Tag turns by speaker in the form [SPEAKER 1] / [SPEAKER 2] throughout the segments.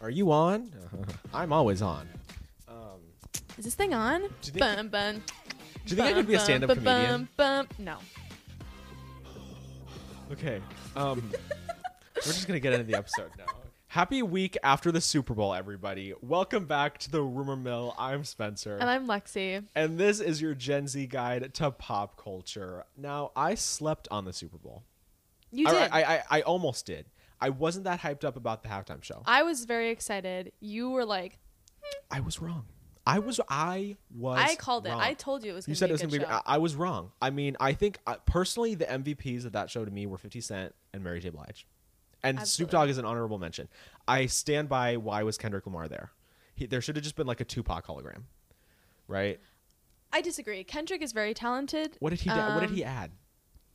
[SPEAKER 1] Are you on? I'm always on. Um,
[SPEAKER 2] Is this thing on?
[SPEAKER 1] you think-
[SPEAKER 2] Bum, bum,
[SPEAKER 1] do you think I could be a stand-up comedian?
[SPEAKER 2] Bum, bum. No.
[SPEAKER 1] Okay. Um, we're just gonna get into the episode now. Happy week after the Super Bowl, everybody. Welcome back to the Rumor Mill. I'm Spencer.
[SPEAKER 2] And I'm Lexi.
[SPEAKER 1] and this is your Gen Z guide to pop culture. Now, I slept on the Super Bowl.
[SPEAKER 2] You
[SPEAKER 1] I,
[SPEAKER 2] did.
[SPEAKER 1] I, I, I almost did. I wasn't that hyped up about the halftime show.
[SPEAKER 2] I was very excited. You were like,
[SPEAKER 1] I was wrong. I was. I was.
[SPEAKER 2] I called it.
[SPEAKER 1] wrong.
[SPEAKER 2] I told you it was. Gonna
[SPEAKER 1] You said
[SPEAKER 2] be
[SPEAKER 1] it was
[SPEAKER 2] a
[SPEAKER 1] gonna be.
[SPEAKER 2] good
[SPEAKER 1] I,
[SPEAKER 2] show.
[SPEAKER 1] I was wrong. I mean, I think uh, personally, the MVPs of that show to me were Fifty Cent and Mary J. Blige, and Snoop
[SPEAKER 2] Absolutely.
[SPEAKER 1] Dogg is an honorable mention. I stand by. Why was Kendrick Lamar there? He, there should have just been like a Tupac hologram, right?
[SPEAKER 2] I disagree. Kendrick is very talented.
[SPEAKER 1] What did he? da- what did
[SPEAKER 2] Um,
[SPEAKER 1] he add?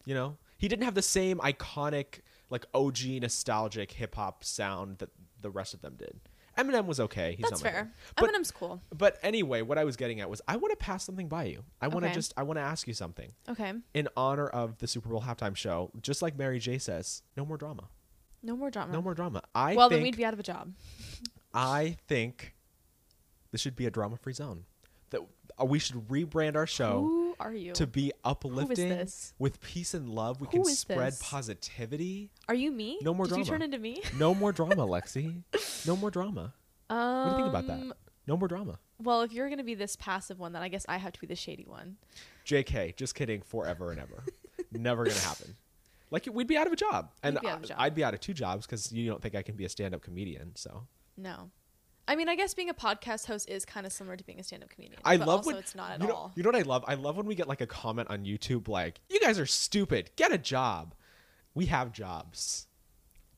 [SPEAKER 1] You know, he didn't have the same iconic, like OG nostalgic hip hop sound that the rest of them did. Eminem was okay. He's
[SPEAKER 2] That's
[SPEAKER 1] not my
[SPEAKER 2] fair.
[SPEAKER 1] favorite. But
[SPEAKER 2] Eminem's cool.
[SPEAKER 1] But anyway, what I was getting at was I want to pass something by you. I want to
[SPEAKER 2] Okay.
[SPEAKER 1] just I want to ask you something
[SPEAKER 2] Okay.
[SPEAKER 1] in honor of the Super Bowl halftime show. Just like Mary J says, no more drama.
[SPEAKER 2] No more drama.
[SPEAKER 1] No more drama. I
[SPEAKER 2] Mm. well,
[SPEAKER 1] think
[SPEAKER 2] then we'd be out of a job.
[SPEAKER 1] I think this should be a drama-free zone. That uh, we should rebrand our show
[SPEAKER 2] Who are you?
[SPEAKER 1] to be uplifting
[SPEAKER 2] this?
[SPEAKER 1] with peace and love. We
[SPEAKER 2] Who
[SPEAKER 1] can
[SPEAKER 2] is
[SPEAKER 1] spread
[SPEAKER 2] this?
[SPEAKER 1] positivity.
[SPEAKER 2] Are you me?
[SPEAKER 1] No more
[SPEAKER 2] Did you
[SPEAKER 1] drama.
[SPEAKER 2] turn into me?
[SPEAKER 1] No more drama, Lexi. No more drama.
[SPEAKER 2] Um,
[SPEAKER 1] What do you think about that? No more drama.
[SPEAKER 2] Well, if you're gonna be this passive one, then I guess I have to be the shady one.
[SPEAKER 1] JK, just kidding, forever and ever. Never gonna happen. Like we'd be out of a job, and
[SPEAKER 2] You'd be out of a
[SPEAKER 1] I-
[SPEAKER 2] job.
[SPEAKER 1] I'd be out of two jobs because you don't think I can be a stand-up comedian. So
[SPEAKER 2] No. I mean, I guess being a podcast host is kind of similar to being a stand-up comedian.
[SPEAKER 1] I
[SPEAKER 2] but
[SPEAKER 1] love
[SPEAKER 2] also
[SPEAKER 1] when
[SPEAKER 2] it's not at
[SPEAKER 1] you know,
[SPEAKER 2] all.
[SPEAKER 1] You know what I love? I love when we get like a comment on YouTube like, "You guys are stupid. Get a job." We have jobs.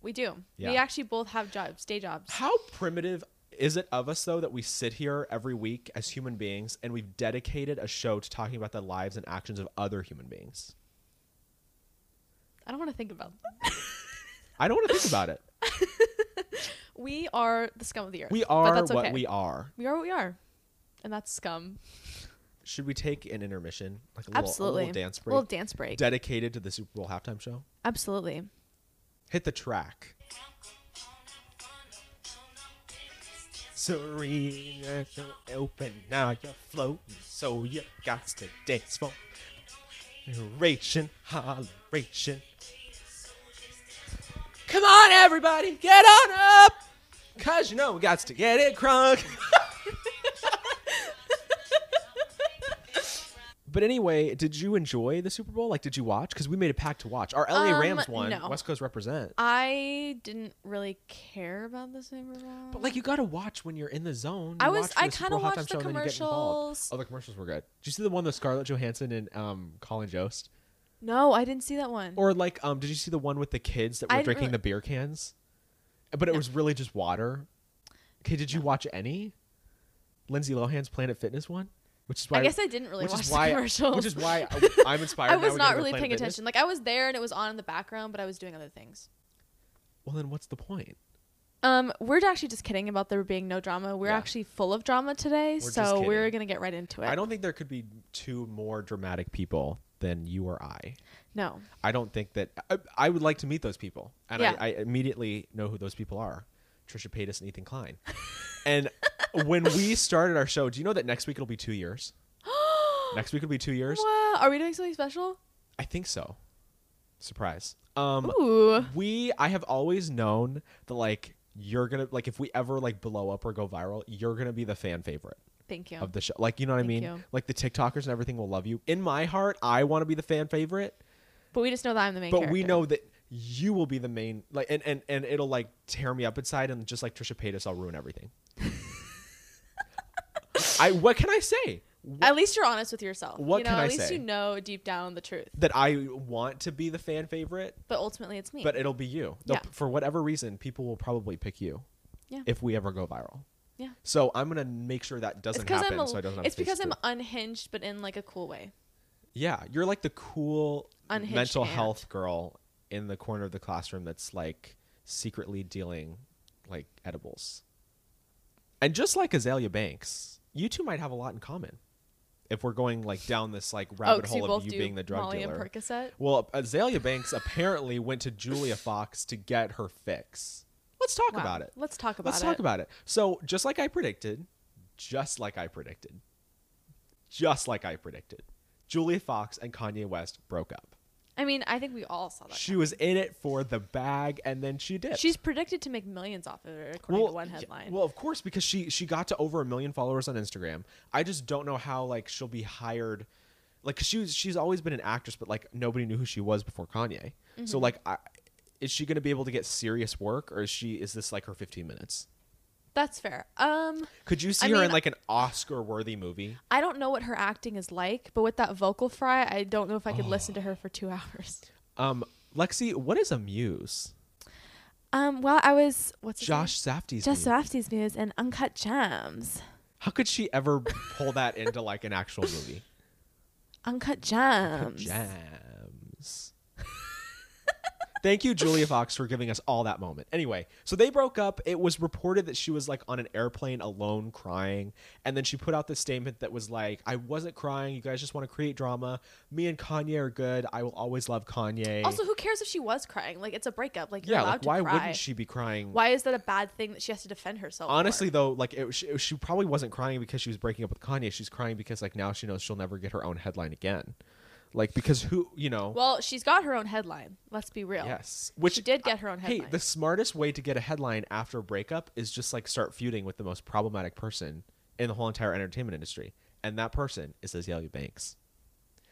[SPEAKER 2] We do.
[SPEAKER 1] Yeah.
[SPEAKER 2] We actually both have jobs, day jobs.
[SPEAKER 1] How primitive is it of us though that we sit here every week as human beings and we've dedicated a show to talking about the lives and actions of other human beings?
[SPEAKER 2] I don't want to think about that.
[SPEAKER 1] I don't want to think about it.
[SPEAKER 2] We are the scum of the earth.
[SPEAKER 1] We are
[SPEAKER 2] but that's
[SPEAKER 1] what
[SPEAKER 2] okay.
[SPEAKER 1] we are.
[SPEAKER 2] We are what we are, and that's scum.
[SPEAKER 1] Should we take an intermission, like a little, a
[SPEAKER 2] Absolutely.
[SPEAKER 1] little dance break,
[SPEAKER 2] Little dance break.
[SPEAKER 1] dedicated to the Super Bowl halftime show?
[SPEAKER 2] Absolutely.
[SPEAKER 1] Hit the track. Serena, you're open now, you're floating, so you got to dance for narration, holleration. Come on, everybody, get on up, cause you know we got to get it crunk. But anyway, did you enjoy the Super Bowl? Like, did you watch? Because we made a pact to watch. Our LA
[SPEAKER 2] Um,
[SPEAKER 1] Rams won.
[SPEAKER 2] no.
[SPEAKER 1] West Coast represent.
[SPEAKER 2] I didn't really care about the Super Bowl.
[SPEAKER 1] But like you gotta watch when you're in the zone.
[SPEAKER 2] I
[SPEAKER 1] You
[SPEAKER 2] was-
[SPEAKER 1] watch for
[SPEAKER 2] I
[SPEAKER 1] the Super
[SPEAKER 2] kinda
[SPEAKER 1] Bowl halftime
[SPEAKER 2] watched the
[SPEAKER 1] show and then you get involved.
[SPEAKER 2] commercials.
[SPEAKER 1] Oh, the commercials were good. Did you see the one with Scarlett Johansson and um Colin Jost?
[SPEAKER 2] no, I didn't see that one.
[SPEAKER 1] Or like um, did you see the one with the kids that
[SPEAKER 2] I
[SPEAKER 1] were
[SPEAKER 2] didn't
[SPEAKER 1] drinking
[SPEAKER 2] really-
[SPEAKER 1] the beer cans? But it was really just water. Okay, did you watch any? Lindsay Lohan's Planet Fitness one, which is why
[SPEAKER 2] I guess I didn't really
[SPEAKER 1] which
[SPEAKER 2] watch
[SPEAKER 1] is
[SPEAKER 2] the
[SPEAKER 1] why
[SPEAKER 2] commercials.
[SPEAKER 1] which is why I, am inspired.
[SPEAKER 2] I
[SPEAKER 1] now
[SPEAKER 2] was
[SPEAKER 1] to go
[SPEAKER 2] not
[SPEAKER 1] to
[SPEAKER 2] really
[SPEAKER 1] Planet
[SPEAKER 2] paying
[SPEAKER 1] Fitness.
[SPEAKER 2] attention. Like I was there and it was on in the background, but I was doing other things.
[SPEAKER 1] Well, then what's the point?
[SPEAKER 2] Um, we're actually just kidding about there being no drama. We're
[SPEAKER 1] Yeah.
[SPEAKER 2] actually full of drama today,
[SPEAKER 1] just
[SPEAKER 2] so we're
[SPEAKER 1] kidding.
[SPEAKER 2] gonna get right into it.
[SPEAKER 1] I don't think there could be two more dramatic people than you or I.
[SPEAKER 2] no.
[SPEAKER 1] I don't think that I, I would like to meet those people, and
[SPEAKER 2] Yeah.
[SPEAKER 1] I, I immediately know who those people are: Trisha Paytas and Ethan Klein. and when we started our show, do you know that next week it'll be two years? next week it'll be two years.
[SPEAKER 2] Wow, are we doing something special?
[SPEAKER 1] I think so. Surprise. Um,
[SPEAKER 2] Ooh.
[SPEAKER 1] we I have always known that like you're gonna like if we ever like blow up or go viral, you're gonna be the fan favorite
[SPEAKER 2] Thank you.
[SPEAKER 1] of the show. Like you know what I
[SPEAKER 2] Oh.
[SPEAKER 1] mean?
[SPEAKER 2] Thank you.
[SPEAKER 1] Like the TikTokers and everything will love you. In my heart, I want to be the fan favorite
[SPEAKER 2] but we just know that I'm the main
[SPEAKER 1] but
[SPEAKER 2] character.
[SPEAKER 1] we know that you will be the main like and and and it'll like tear me up inside and just like trisha paytas i'll ruin everything i what can i say
[SPEAKER 2] At least you're honest with yourself.
[SPEAKER 1] What
[SPEAKER 2] you know,
[SPEAKER 1] can
[SPEAKER 2] at
[SPEAKER 1] I
[SPEAKER 2] least
[SPEAKER 1] say?
[SPEAKER 2] you know deep down the truth.
[SPEAKER 1] that i want to be the fan favorite
[SPEAKER 2] But ultimately it's me.
[SPEAKER 1] but it'll be you They'll-
[SPEAKER 2] Yeah.
[SPEAKER 1] for whatever reason people will probably pick you
[SPEAKER 2] Yeah.
[SPEAKER 1] if we ever go viral
[SPEAKER 2] Yeah.
[SPEAKER 1] so i'm gonna make sure that
[SPEAKER 2] it's
[SPEAKER 1] doesn't
[SPEAKER 2] because
[SPEAKER 1] happen
[SPEAKER 2] I'm a,
[SPEAKER 1] so i don't have
[SPEAKER 2] it's
[SPEAKER 1] to face
[SPEAKER 2] because I'm
[SPEAKER 1] it.
[SPEAKER 2] unhinged but in like a cool way.
[SPEAKER 1] yeah you're like the cool
[SPEAKER 2] Unhinged
[SPEAKER 1] mental
[SPEAKER 2] aunt.
[SPEAKER 1] health girl in the corner of the classroom that's like secretly dealing like edibles and just like azalea banks you two might have a lot in common if we're going like down this like
[SPEAKER 2] Oh,
[SPEAKER 1] rabbit
[SPEAKER 2] 'cause we
[SPEAKER 1] hole
[SPEAKER 2] both
[SPEAKER 1] of you
[SPEAKER 2] do
[SPEAKER 1] being the drug
[SPEAKER 2] Molly
[SPEAKER 1] dealer
[SPEAKER 2] and Percocet.
[SPEAKER 1] well azalea banks apparently went to julia fox to get her fix let's talk
[SPEAKER 2] Wow.
[SPEAKER 1] about it.
[SPEAKER 2] Let's talk about
[SPEAKER 1] Let's
[SPEAKER 2] it.
[SPEAKER 1] talk about it. So, just like I predicted, just like I predicted, just like I predicted, Julia Fox and Kanye West broke up.
[SPEAKER 2] I mean, I think we all saw that.
[SPEAKER 1] She was in it for the bag, and then she did.
[SPEAKER 2] Oh She's predicted to make millions off of it, according to one
[SPEAKER 1] yeah,
[SPEAKER 2] headline.
[SPEAKER 1] well, of course, because she she got to over a million followers on Instagram. I just don't know how like she'll be hired. Like 'cause she was, she's always been an actress, but like nobody knew who she was before Kanye.
[SPEAKER 2] Mm-hmm.
[SPEAKER 1] So like, I, is she going to be able to get serious work, or is she is this like her 15 minutes?
[SPEAKER 2] That's fair. Um,
[SPEAKER 1] Could you see
[SPEAKER 2] I
[SPEAKER 1] her in
[SPEAKER 2] mean-
[SPEAKER 1] like an Oscar-worthy movie?
[SPEAKER 2] I don't know what her acting is like, but with that vocal fry, I don't know if I could listen to her for two hours.
[SPEAKER 1] Um, Lexi, what is a muse?
[SPEAKER 2] Um, well, I was what's his
[SPEAKER 1] Josh Safdie's
[SPEAKER 2] name? Josh
[SPEAKER 1] muse.
[SPEAKER 2] Rafty's Muse and Uncut Gems.
[SPEAKER 1] How could she ever pull that into like an actual movie?
[SPEAKER 2] Uncut Gems.
[SPEAKER 1] Jams. Thank you, Julia Fox, for giving us all that moment. Anyway, so they broke up. It was reported that she was like on an airplane alone crying. And then she put out this statement that was like, I wasn't crying. You guys just want to create drama. Me and Kanye are good. I will always love Kanye.
[SPEAKER 2] Also, who cares if she was crying? Like, it's a breakup. Like, you're
[SPEAKER 1] yeah,
[SPEAKER 2] allowed
[SPEAKER 1] like,
[SPEAKER 2] to
[SPEAKER 1] why
[SPEAKER 2] cry.
[SPEAKER 1] wouldn't she be crying?
[SPEAKER 2] Why is that a bad thing that she has to defend herself? for?
[SPEAKER 1] Honestly, though, like it, she, she probably wasn't crying because she was breaking up with Kanye. She's crying because like now she knows she'll never get her own headline again. Like because who you know?
[SPEAKER 2] well, she's got her own headline. Let's be real.
[SPEAKER 1] Yes, which
[SPEAKER 2] she did get her own
[SPEAKER 1] Hey,
[SPEAKER 2] headline.
[SPEAKER 1] the smartest way to get a headline after a breakup is just like start feuding with the most problematic person in the whole entire entertainment industry. And that person is Azalea Banks.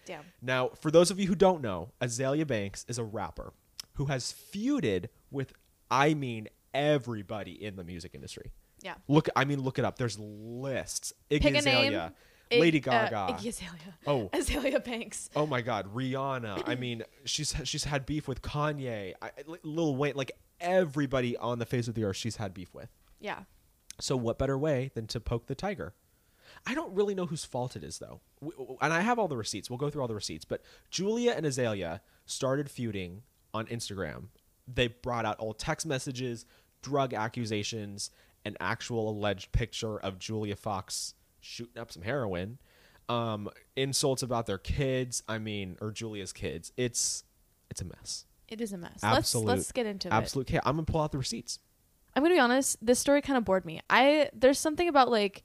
[SPEAKER 2] Damn.
[SPEAKER 1] Now, for those of you who don't know, Azalea Banks is a rapper who has feuded with, I mean, everybody in the music industry.
[SPEAKER 2] Yeah.
[SPEAKER 1] Look, I mean, look it up. There's lists. Iggy
[SPEAKER 2] Pick a name.
[SPEAKER 1] Azalea,
[SPEAKER 2] Ig-
[SPEAKER 1] Lady
[SPEAKER 2] uh,
[SPEAKER 1] Gaga.
[SPEAKER 2] Iggy Azalea.
[SPEAKER 1] Oh.
[SPEAKER 2] Azalea Banks.
[SPEAKER 1] Oh my God, Rihanna. I mean, she's she's had beef with Kanye, I, Lil Wayne, like everybody on the face of the earth. She's had beef with.
[SPEAKER 2] Yeah.
[SPEAKER 1] So what better way than to poke the tiger? I don't really know whose fault it is though, W- w- and I have all the receipts. We'll go through all the receipts, but Julia and Azalea started feuding on Instagram. They brought out old text messages, drug accusations, an actual alleged picture of Julia Fox shooting up some heroin, um, insults about their kids. I mean, or Julia's kids. It's it's a mess.
[SPEAKER 2] It is a mess.
[SPEAKER 1] Absolute-
[SPEAKER 2] let's let's get into it.
[SPEAKER 1] Absolute chaos. I'm gonna pull out the receipts.
[SPEAKER 2] I'm gonna be honest. This story kind of bored me. I there's something about like,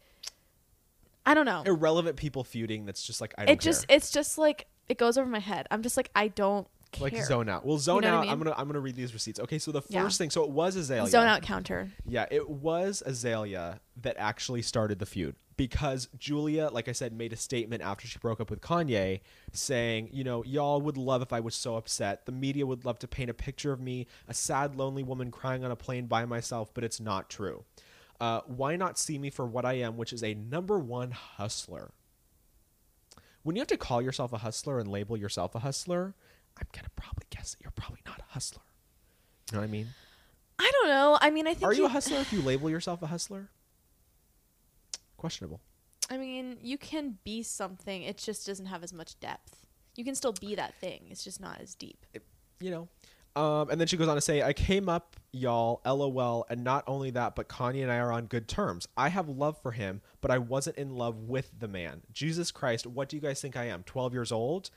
[SPEAKER 2] I don't know.
[SPEAKER 1] Irrelevant people feuding. That's just like I don't
[SPEAKER 2] It just
[SPEAKER 1] care.
[SPEAKER 2] it's just like it goes over my head. I'm just like I don't care.
[SPEAKER 1] like zone out. Well, zone
[SPEAKER 2] know what I
[SPEAKER 1] out.
[SPEAKER 2] mean?
[SPEAKER 1] I'm gonna I'm gonna read these receipts. Okay, so the first
[SPEAKER 2] Yeah.
[SPEAKER 1] thing, so it was Azalea.
[SPEAKER 2] Zone out counter.
[SPEAKER 1] Yeah, it was Azalea that actually started the feud because Julia, like I said, made a statement after she broke up with Kanye saying, you know, y'all would love if I was so upset. The media would love to paint a picture of me, a sad, lonely woman crying on a plane by myself, but it's not true. Uh, why not see me for what I am, which is a number one hustler? When you have to call yourself a hustler and label yourself a hustler, I'm going to probably guess that you're probably not a hustler. You know what I mean?
[SPEAKER 2] I don't know. I mean, I think
[SPEAKER 1] Are you a hustler if you label yourself a hustler? Questionable.
[SPEAKER 2] I mean, you can be something. It just doesn't have as much depth. You can still be that thing. It's just not as deep.
[SPEAKER 1] You know. Um, and then she goes on to say, I came up, y'all, lol, and not only that, but Kanye and I are on good terms. I have love for him, but I wasn't in love with the man. Jesus Christ, what do you guys think I am? 12 years old?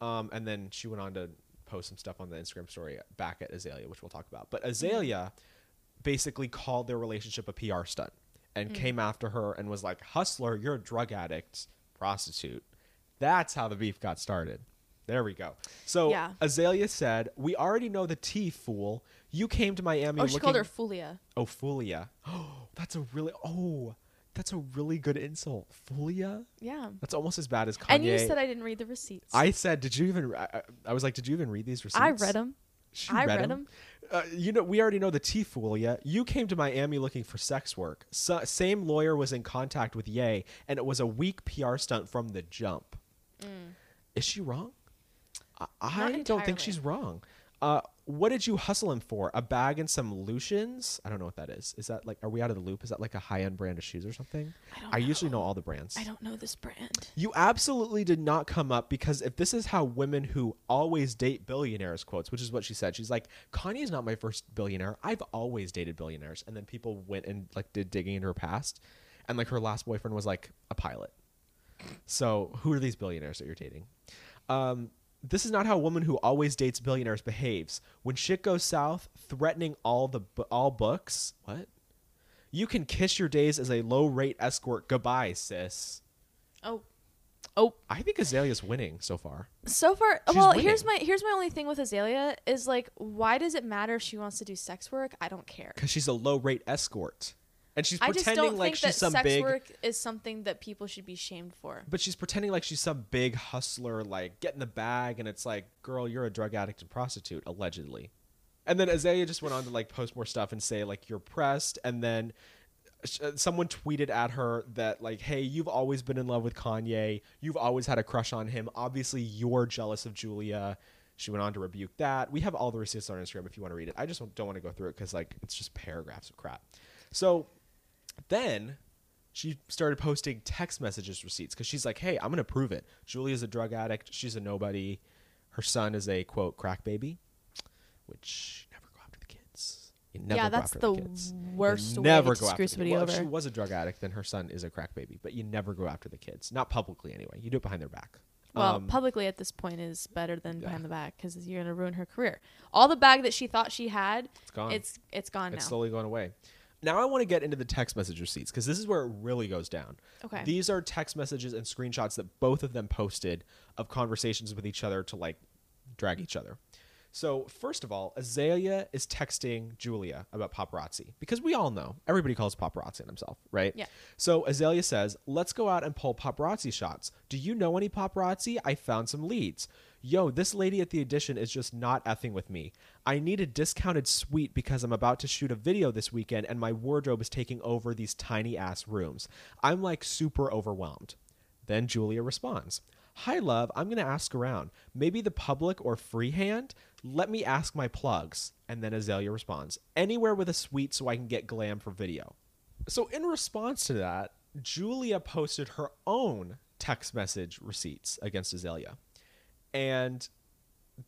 [SPEAKER 1] Um, and then she went on to post some stuff on the Instagram story back at Azalea, which we'll talk about. But Azalea basically called their relationship a PR stunt
[SPEAKER 2] Mm.
[SPEAKER 1] and came after her and was like, Hustler, you're a drug addict, prostitute. That's how the beef got started. There we go. So
[SPEAKER 2] Yeah.
[SPEAKER 1] Azalea said, We already know the tea, fool. You came to Miami
[SPEAKER 2] oh, she
[SPEAKER 1] looking.
[SPEAKER 2] called her Fulia.
[SPEAKER 1] oh, Fulia. Oh, that's a really. Oh, that's a really good insult. Fulia?
[SPEAKER 2] Yeah.
[SPEAKER 1] That's almost as bad as Kanye.
[SPEAKER 2] And you said I didn't read the receipts.
[SPEAKER 1] I said, Did you even. I, I- I was like, Did you even read these receipts?
[SPEAKER 2] I read them.
[SPEAKER 1] She
[SPEAKER 2] I read
[SPEAKER 1] 'em?
[SPEAKER 2] them.
[SPEAKER 1] Uh, you know, we already know the T fool. Yeah, you came to Miami looking for sex work. So, same lawyer was in contact with Ye, and it was a weak PR stunt from the jump. Is she wrong? I, I don't
[SPEAKER 2] Mm. entirely.
[SPEAKER 1] think she's wrong. Uh, what did you hustle him for? A bag and some Lucians? I don't know what that is. Is that like, are we out of the loop? Is that like a high end brand of shoes or something?
[SPEAKER 2] I don't
[SPEAKER 1] usually know all the brands.
[SPEAKER 2] I don't know this brand.
[SPEAKER 1] You absolutely did not come up because if this is how women who always date billionaires quotes, which is what she said, she's like, Kanye's not my first billionaire. I've always dated billionaires. And then people went and like did digging into her past. And like her last boyfriend was like a pilot. So who are these billionaires that you're dating? Um, This is not how a woman who always dates billionaires behaves. When shit goes south, threatening all the bu- all books. What? You can kiss your days as a low rate escort goodbye, sis.
[SPEAKER 2] Oh, oh.
[SPEAKER 1] I think Azalea's winning so far.
[SPEAKER 2] So far,
[SPEAKER 1] She's
[SPEAKER 2] well, here's my here's my only thing with Azalea is like, why does it matter if she wants to do sex work? I don't care.
[SPEAKER 1] because she's a low rate escort, and she's
[SPEAKER 2] I just don't
[SPEAKER 1] pretending like
[SPEAKER 2] think that
[SPEAKER 1] she's some
[SPEAKER 2] sex
[SPEAKER 1] big.
[SPEAKER 2] work is something that people should be shamed for.
[SPEAKER 1] But she's pretending like she's some big hustler, like get in the bag, and it's like, girl, you're a drug addict and prostitute, allegedly. And then Azalea just went on to like post more stuff and say like you're pressed, and then sh- uh, someone tweeted at her that like, hey, you've always been in love with Kanye, you've always had a crush on him. Obviously, you're jealous of Julia. She went on to rebuke that. We have all the receipts on Instagram if you want to read it. I just don't want to go through it because like it's just paragraphs of crap. So then she started posting text messages receipts because she's like, hey, I'm going to prove it. Julia's a drug addict. She's a nobody. Her son is a, quote, crack baby, which never go after the kids. You never
[SPEAKER 2] yeah,
[SPEAKER 1] go
[SPEAKER 2] that's
[SPEAKER 1] after
[SPEAKER 2] the
[SPEAKER 1] kids. You
[SPEAKER 2] worst way
[SPEAKER 1] never
[SPEAKER 2] to
[SPEAKER 1] go after
[SPEAKER 2] screw
[SPEAKER 1] the
[SPEAKER 2] somebody
[SPEAKER 1] well,
[SPEAKER 2] over.
[SPEAKER 1] If she was a drug addict, then her son is a crack baby, but you never go after the kids. Not publicly, anyway. You do it behind their back.
[SPEAKER 2] well,
[SPEAKER 1] Um,
[SPEAKER 2] publicly at this point is better than
[SPEAKER 1] yeah.
[SPEAKER 2] behind the back because you're gonna ruin her career. All the bag that she thought she had,
[SPEAKER 1] it's gone.
[SPEAKER 2] it's it's gone
[SPEAKER 1] It's
[SPEAKER 2] now.
[SPEAKER 1] slowly going away. Now I want to get into the text message receipts because this is where it really goes down.
[SPEAKER 2] Okay.
[SPEAKER 1] These are text messages and screenshots that both of them posted of conversations with each other to like drag each other. So first of all, Azalea is texting Julia about paparazzi because we all know everybody calls paparazzi on himself, right?
[SPEAKER 2] Yeah.
[SPEAKER 1] So Azalea says, "Let's go out and pull paparazzi shots. Do you know any paparazzi? I found some leads. Yo, this lady at the audition is just not effing with me. I need a discounted suite because I'm about to shoot a video this weekend and my wardrobe is taking over these tiny ass rooms. I'm like super overwhelmed." Then Julia responds, Hi, love, I'm going to ask around. Maybe the public or freehand? Let me ask my plugs. And then Azalea responds, Anywhere with a suite so I can get glam for video. So, in response to that, Julia posted her own text message receipts against Azalea. And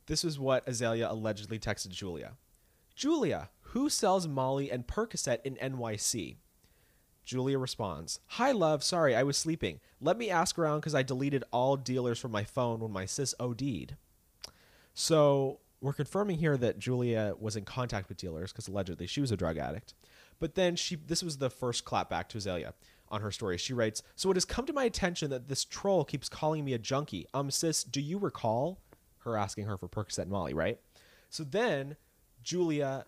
[SPEAKER 1] this is what Azalea allegedly texted Julia Julia, who sells Molly and Percocet in NYC? Julia responds, Hi, love. Sorry, I was sleeping. Let me ask around because I deleted all dealers from my phone when my sis OD'd. So we're confirming here that Julia was in contact with dealers because allegedly she was a drug addict. But then she, this was the first clapback to Azalea on her story. She writes, So it has come to my attention that this troll keeps calling me a junkie. Um, sis, do you recall? Her asking her for Percocet and Molly, right? So then Julia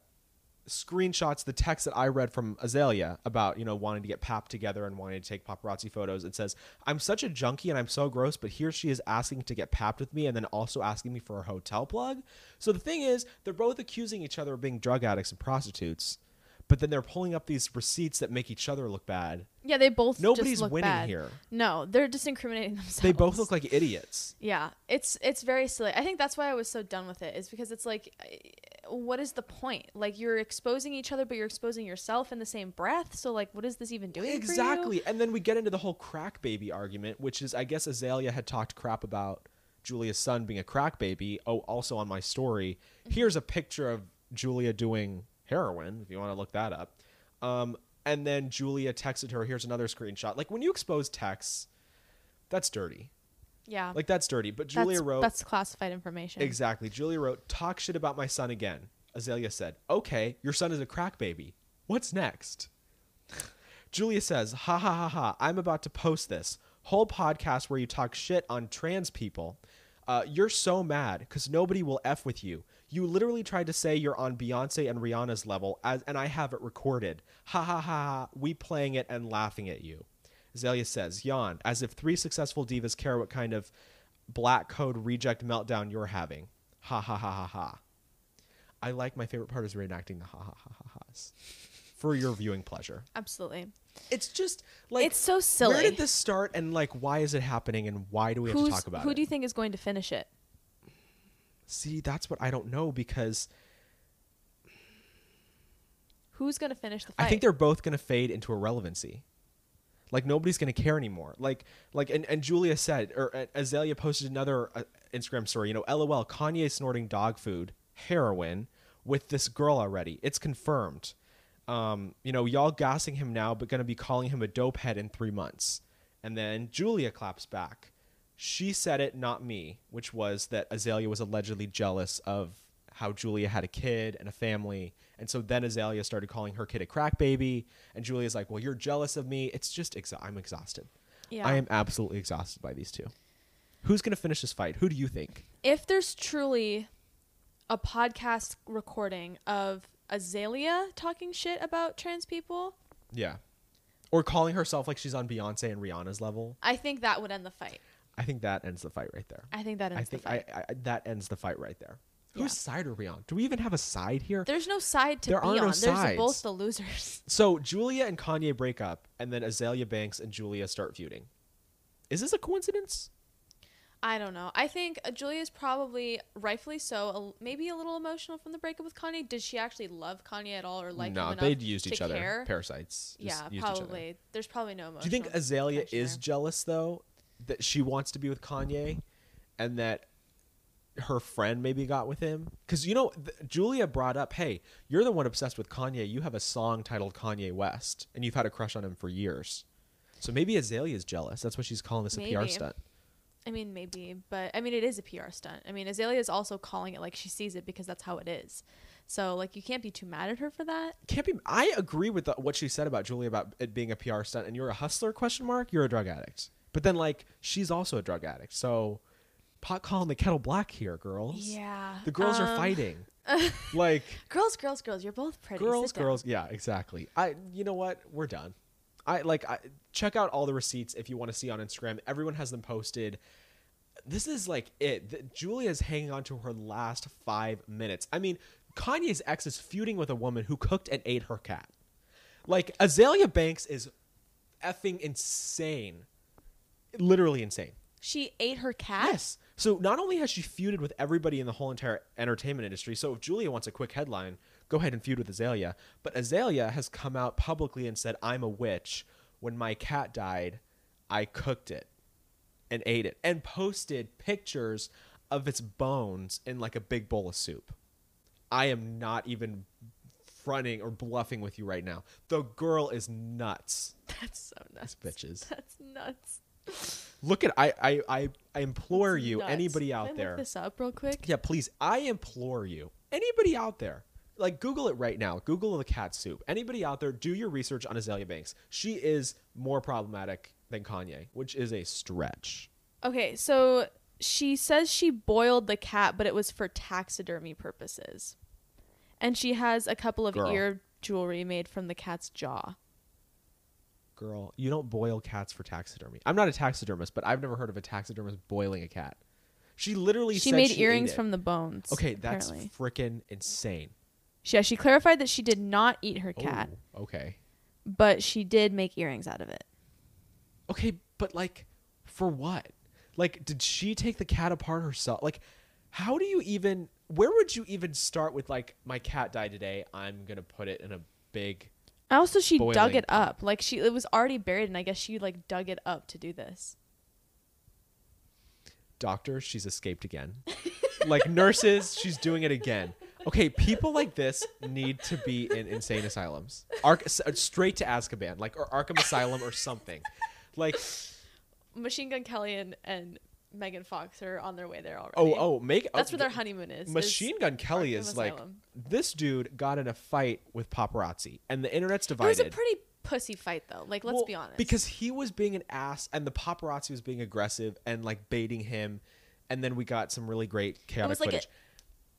[SPEAKER 1] screenshots the text that I read from Azalea about, you know, wanting to get pap together and wanting to take paparazzi photos. It says, I'm such a junkie and I'm so gross, but here she is asking to get papped with me and then also asking me for a hotel plug. So the thing is, they're both accusing each other of being drug addicts and prostitutes, but then they're pulling up these receipts that make each other look bad.
[SPEAKER 2] yeah, they both just
[SPEAKER 1] Nobody's
[SPEAKER 2] look
[SPEAKER 1] winning
[SPEAKER 2] bad.
[SPEAKER 1] here.
[SPEAKER 2] No, they're just incriminating themselves.
[SPEAKER 1] They both look like idiots.
[SPEAKER 2] Yeah, it's it's very silly. I think that's why I was so done with it. Is because it's like, I- what is the point? Like you're exposing each other, but you're exposing yourself in the same breath. So like, what is this even doing? for you?
[SPEAKER 1] Exactly. And then we get into the whole crack baby argument, which is I guess Azalea had talked crap about Julia's son being a crack baby. Oh, also on my story,
[SPEAKER 2] Mm-hmm.
[SPEAKER 1] here's a picture of Julia doing heroin, if you want to look that up. Um, and then Julia texted her, here's another screenshot. Like when you expose texts, that's dirty.
[SPEAKER 2] Yeah.
[SPEAKER 1] Like that's dirty. But
[SPEAKER 2] that's,
[SPEAKER 1] Julia wrote
[SPEAKER 2] that's classified information.
[SPEAKER 1] Exactly. Julia wrote, Talk shit about my son again. Azalea said, Okay, your son is a crack baby. What's next? Julia says, Ha ha ha ha, I'm about to post this whole podcast where you talk shit on trans people. Uh, you're so mad because nobody will F with you. You literally tried to say you're on Beyonce and Rihanna's level, as, and I have it recorded. Ha ha ha ha, we playing it and laughing at you. Azalea says, yawn, as if three successful divas care what kind of black code reject meltdown you're having. Ha ha ha ha ha. I like my favorite part is reenacting the ha ha ha ha ha's for your viewing pleasure.
[SPEAKER 2] Absolutely.
[SPEAKER 1] It's just like
[SPEAKER 2] It's so
[SPEAKER 1] Where
[SPEAKER 2] silly.
[SPEAKER 1] did this start and like why is it happening and why do we have
[SPEAKER 2] Who's,
[SPEAKER 1] to talk about
[SPEAKER 2] who
[SPEAKER 1] it?
[SPEAKER 2] do you think is going to finish it?
[SPEAKER 1] See, that's what I don't know because
[SPEAKER 2] Who's going to finish the fight?
[SPEAKER 1] I think they're both going to fade into irrelevancy. Like nobody's going to care anymore. Like like and, and Julia said or uh, Azalea posted another uh, Instagram story, you know, LOL Kanye snorting dog food, heroin with this girl already. It's confirmed. Um, you know, y'all gassing him now but going to be calling him a dope head in 3 months. And then Julia claps back. she said it, not me, which was that Azalea was allegedly jealous of how Julia had a kid and a family. And so then Azalea started calling her kid a crack baby. And Julia's like, Well, you're jealous of me. It's just, exa- I'm exhausted.
[SPEAKER 2] Yeah.
[SPEAKER 1] I am absolutely exhausted by these two. Who's going to finish this fight? Who do you think?
[SPEAKER 2] if there's truly a podcast recording of Azalea talking shit about trans people,
[SPEAKER 1] Yeah. Or calling herself like she's on Beyonce and Rihanna's level.
[SPEAKER 2] I think that would end the fight.
[SPEAKER 1] I think that ends the fight right there.
[SPEAKER 2] I think that ends
[SPEAKER 1] I think
[SPEAKER 2] the fight.
[SPEAKER 1] I, I I- that ends the fight right there.
[SPEAKER 2] Yeah.
[SPEAKER 1] Whose side are we on? Do we even have a side here?
[SPEAKER 2] There's no side to
[SPEAKER 1] There
[SPEAKER 2] be
[SPEAKER 1] are
[SPEAKER 2] on.
[SPEAKER 1] no
[SPEAKER 2] There's
[SPEAKER 1] sides.
[SPEAKER 2] both the losers.
[SPEAKER 1] so Julia and Kanye break up, and then Azalea Banks and Julia start feuding. Is this a coincidence?
[SPEAKER 2] I don't know. I think uh, Julia's probably rightfully so, a, maybe a little emotional from the breakup with Kanye. Did she actually love Kanye at all or like him
[SPEAKER 1] no,
[SPEAKER 2] enough
[SPEAKER 1] they'd used
[SPEAKER 2] to
[SPEAKER 1] each other.
[SPEAKER 2] care?
[SPEAKER 1] Parasites. just
[SPEAKER 2] yeah,
[SPEAKER 1] used each other.
[SPEAKER 2] probably. There's probably no emotion.
[SPEAKER 1] Do you think Azalea is jealous though that she wants to be with Kanye, and that her friend maybe got with him? Because you know th- Julia brought up, "Hey, you're the one obsessed with Kanye. You have a song titled Kanye West, and you've had a crush on him for years." So maybe Azalea is jealous. That's why she's calling this a PR
[SPEAKER 2] Maybe.
[SPEAKER 1] stunt.
[SPEAKER 2] I mean, maybe, but I mean, it is a PR stunt. I mean, Azalea is also calling it like she sees it because that's how it is. So, like, you can't be too mad at her for that.
[SPEAKER 1] Can't be. I agree with the, what she said about Julia about it being a PR stunt, and you're a hustler? Question mark. You're a drug addict. But then like she's also a drug addict. So pot calling the kettle black here, girls.
[SPEAKER 2] Yeah.
[SPEAKER 1] The girls are fighting. like
[SPEAKER 2] Girls, girls, girls. You're both pretty.
[SPEAKER 1] girls,
[SPEAKER 2] Sit down.
[SPEAKER 1] girls. Yeah, exactly. I you know what? We're done. I like I check out all the receipts if you want to see on Instagram. Everyone has them posted. This is like it. The, Julia's hanging on to her last 5 minutes. I mean, Kanye's ex is feuding with a woman who cooked and ate her cat. Like Azalea Banks is effing insane. Literally insane.
[SPEAKER 2] She ate her cat.
[SPEAKER 1] Yes. So not only has she feuded with everybody in the whole entire entertainment industry, so if Julia wants a quick headline, go ahead and feud with Azalea. But Azalea has come out publicly and said, I'm a witch. When my cat died, I cooked it and ate it and posted pictures of its bones in like a big bowl of soup. I am not even fronting or bluffing with you right now. The girl is nuts.
[SPEAKER 2] That's so nuts.
[SPEAKER 1] Bitches.
[SPEAKER 2] That's nuts.
[SPEAKER 1] Look at I I I, I implore
[SPEAKER 2] That's
[SPEAKER 1] you,
[SPEAKER 2] nuts.
[SPEAKER 1] anybody
[SPEAKER 2] Can I
[SPEAKER 1] out
[SPEAKER 2] look
[SPEAKER 1] there.
[SPEAKER 2] this up real quick.
[SPEAKER 1] Yeah, please. I implore you. Anybody out there, like Google it right now. Google the cat soup. Anybody out there, do your research on Azalea Banks. She is more problematic than Kanye, which is a stretch.
[SPEAKER 2] Okay, so she says she boiled the cat, but it was for taxidermy purposes, and she has a couple of
[SPEAKER 1] Girl.
[SPEAKER 2] ear jewelry made from the cat's jaw.
[SPEAKER 1] Girl, you don't boil cats for taxidermy. I'm not a taxidermist, but I've never heard of a taxidermist boiling a cat. She literally
[SPEAKER 2] She
[SPEAKER 1] said
[SPEAKER 2] made
[SPEAKER 1] she ate
[SPEAKER 2] earrings
[SPEAKER 1] it.
[SPEAKER 2] from the bones.
[SPEAKER 1] Okay, that's
[SPEAKER 2] apparently.
[SPEAKER 1] freaking insane.
[SPEAKER 2] Yeah, she clarified that she did not eat her cat,
[SPEAKER 1] Oh, okay.
[SPEAKER 2] but she did make earrings out of it.
[SPEAKER 1] Okay, but like, for what? Like, did she take the cat apart herself? Like, how do you even? Where would you even start with like, my cat died today. I'm gonna put it in a big.
[SPEAKER 2] Also, she dug
[SPEAKER 1] Boiling
[SPEAKER 2] it up. Like she, it was already buried, and I guess she like dug it up to do this.
[SPEAKER 1] Doctor, she's escaped again. like nurses, she's doing it again. Okay, people like this need to be in insane asylums, Ark, s- uh, straight to Azkaban, like or Arkham Asylum or something. Like,
[SPEAKER 2] Machine Gun Kelly and, and Megan Fox are on their way there already.
[SPEAKER 1] oh, oh, make
[SPEAKER 2] that's
[SPEAKER 1] oh,
[SPEAKER 2] where their honeymoon is. is-
[SPEAKER 1] Machine Gun Kelly
[SPEAKER 2] Arkham
[SPEAKER 1] is like
[SPEAKER 2] Asylum.
[SPEAKER 1] this dude got in a fight with paparazzi, and the internet's
[SPEAKER 2] It was
[SPEAKER 1] divided.
[SPEAKER 2] a pretty pussy fight, though. Like, let's
[SPEAKER 1] Well,
[SPEAKER 2] be honest.
[SPEAKER 1] Because he was being an ass, and the paparazzi was being aggressive and like baiting him, and then we got some really great chaotic
[SPEAKER 2] was like a- Eh,
[SPEAKER 1] footage.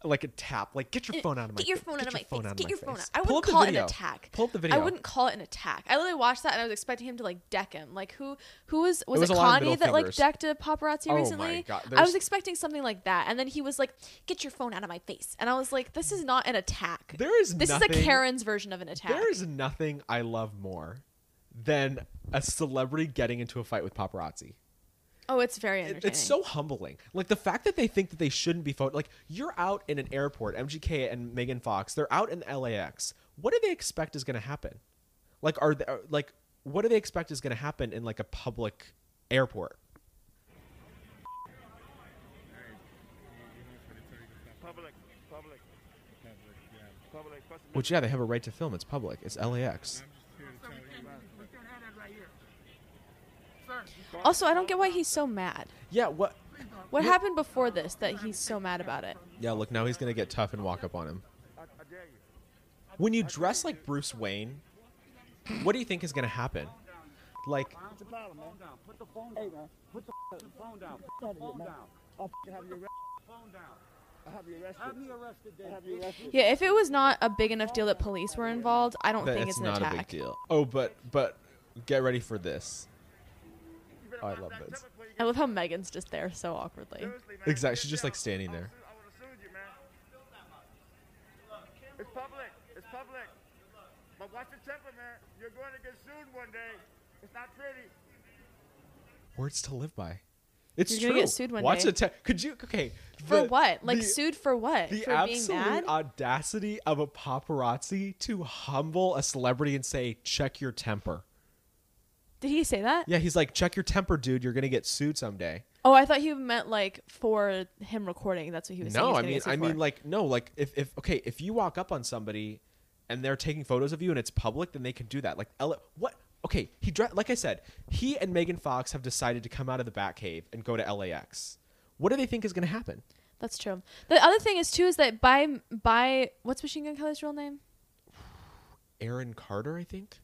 [SPEAKER 1] like a tap, like get your phone out of my
[SPEAKER 2] get your
[SPEAKER 1] face,
[SPEAKER 2] phone out of my
[SPEAKER 1] your phone out
[SPEAKER 2] face.
[SPEAKER 1] of
[SPEAKER 2] Get
[SPEAKER 1] my
[SPEAKER 2] your phone
[SPEAKER 1] face."
[SPEAKER 2] out. I
[SPEAKER 1] Pull
[SPEAKER 2] wouldn't
[SPEAKER 1] up the
[SPEAKER 2] call it an
[SPEAKER 1] video.
[SPEAKER 2] attack.
[SPEAKER 1] Pull up the video.
[SPEAKER 2] I wouldn't call it an attack. I literally watched that and I was expecting him to like deck him. Like who who was was
[SPEAKER 1] was
[SPEAKER 2] it,
[SPEAKER 1] a lot of
[SPEAKER 2] Kanye
[SPEAKER 1] middle
[SPEAKER 2] that like
[SPEAKER 1] fingers.
[SPEAKER 2] decked a paparazzi
[SPEAKER 1] Oh my
[SPEAKER 2] recently?
[SPEAKER 1] God,
[SPEAKER 2] I
[SPEAKER 1] there's-
[SPEAKER 2] was expecting something like that, and then he was like, "Get your phone out of my face," and I was like, "This is not an attack.
[SPEAKER 1] There is
[SPEAKER 2] this is a
[SPEAKER 1] nothing-
[SPEAKER 2] Karen's version of an attack."
[SPEAKER 1] There is nothing I love more than a celebrity getting into a fight with paparazzi.
[SPEAKER 2] oh, it's very
[SPEAKER 1] It-
[SPEAKER 2] entertaining.
[SPEAKER 1] it's so humbling. Like the fact that they think that they shouldn't be photographed. Like you're out in an airport, MGK and Megan Fox. They're out in LAX. What do they expect is going to happen? Like are they, are- like what do they expect is going to happen in like a public airport?
[SPEAKER 3] Public, public, public. First
[SPEAKER 1] Which yeah, they have a right to film. It's public. It's LAX.
[SPEAKER 3] Amendment. Sir,
[SPEAKER 2] Also, I don't get why he's so mad.
[SPEAKER 1] Yeah, what?
[SPEAKER 2] What happened before this that he's so mad about it?
[SPEAKER 1] Yeah, look, now he's gonna get tough and walk up on him.
[SPEAKER 3] I, I dare you.
[SPEAKER 1] When you dress like Bruce Wayne, what do you think is gonna happen? Like,
[SPEAKER 3] What's the problem, man? Put the phone down. Hey, man. Put the phone down. Put the phone down. I'll f- have you arrested. Phone down. I'll have you arrested. Have me arrested, Dave. Have you arrested.
[SPEAKER 2] Yeah, if it was not a big enough deal that police were involved, I don't
[SPEAKER 1] that
[SPEAKER 2] think
[SPEAKER 1] it's
[SPEAKER 2] it's an
[SPEAKER 1] not
[SPEAKER 2] attack.
[SPEAKER 1] a big deal. Oh, but but get ready for this. I love this.
[SPEAKER 2] I love how Megan's just there so awkwardly.
[SPEAKER 1] Exactly, she's just, like, standing there.
[SPEAKER 3] I would have sued you, man. It's public. It's public. But watch your temper, man. You're going to get sued one day. It's not pretty.
[SPEAKER 1] Words to live by. It's
[SPEAKER 2] You're
[SPEAKER 1] true.
[SPEAKER 2] gonna get sued one
[SPEAKER 1] Watch
[SPEAKER 2] day.
[SPEAKER 1] the te- could you? Okay,
[SPEAKER 2] For
[SPEAKER 1] the-
[SPEAKER 2] what? Like
[SPEAKER 1] the-
[SPEAKER 2] sued for what?
[SPEAKER 1] The
[SPEAKER 2] for being
[SPEAKER 1] absolute
[SPEAKER 2] mad?
[SPEAKER 1] audacity of a paparazzi to humble a celebrity and say, "Check your temper."
[SPEAKER 2] Did he say that?
[SPEAKER 1] Yeah, he's like, "Check your temper, dude. You're gonna get sued someday."
[SPEAKER 2] Oh, I thought he meant like for him recording. That's what he was saying.
[SPEAKER 1] No,
[SPEAKER 2] he was
[SPEAKER 1] I
[SPEAKER 2] gonna
[SPEAKER 1] mean,
[SPEAKER 2] get sued
[SPEAKER 1] I mean,
[SPEAKER 2] for.
[SPEAKER 1] like, no, like, if if okay, if you walk up on somebody and they're taking photos of you and it's public, then they can do that. Like, Ella, what? Okay, he dre- like I said, he and Megan Fox have decided to come out of the Batcave and go to LAX. What do they think is gonna happen?
[SPEAKER 2] that's true. The other thing is too is that by by what's Machine Gun Kelly's real name?
[SPEAKER 1] Aaron Carter, I think.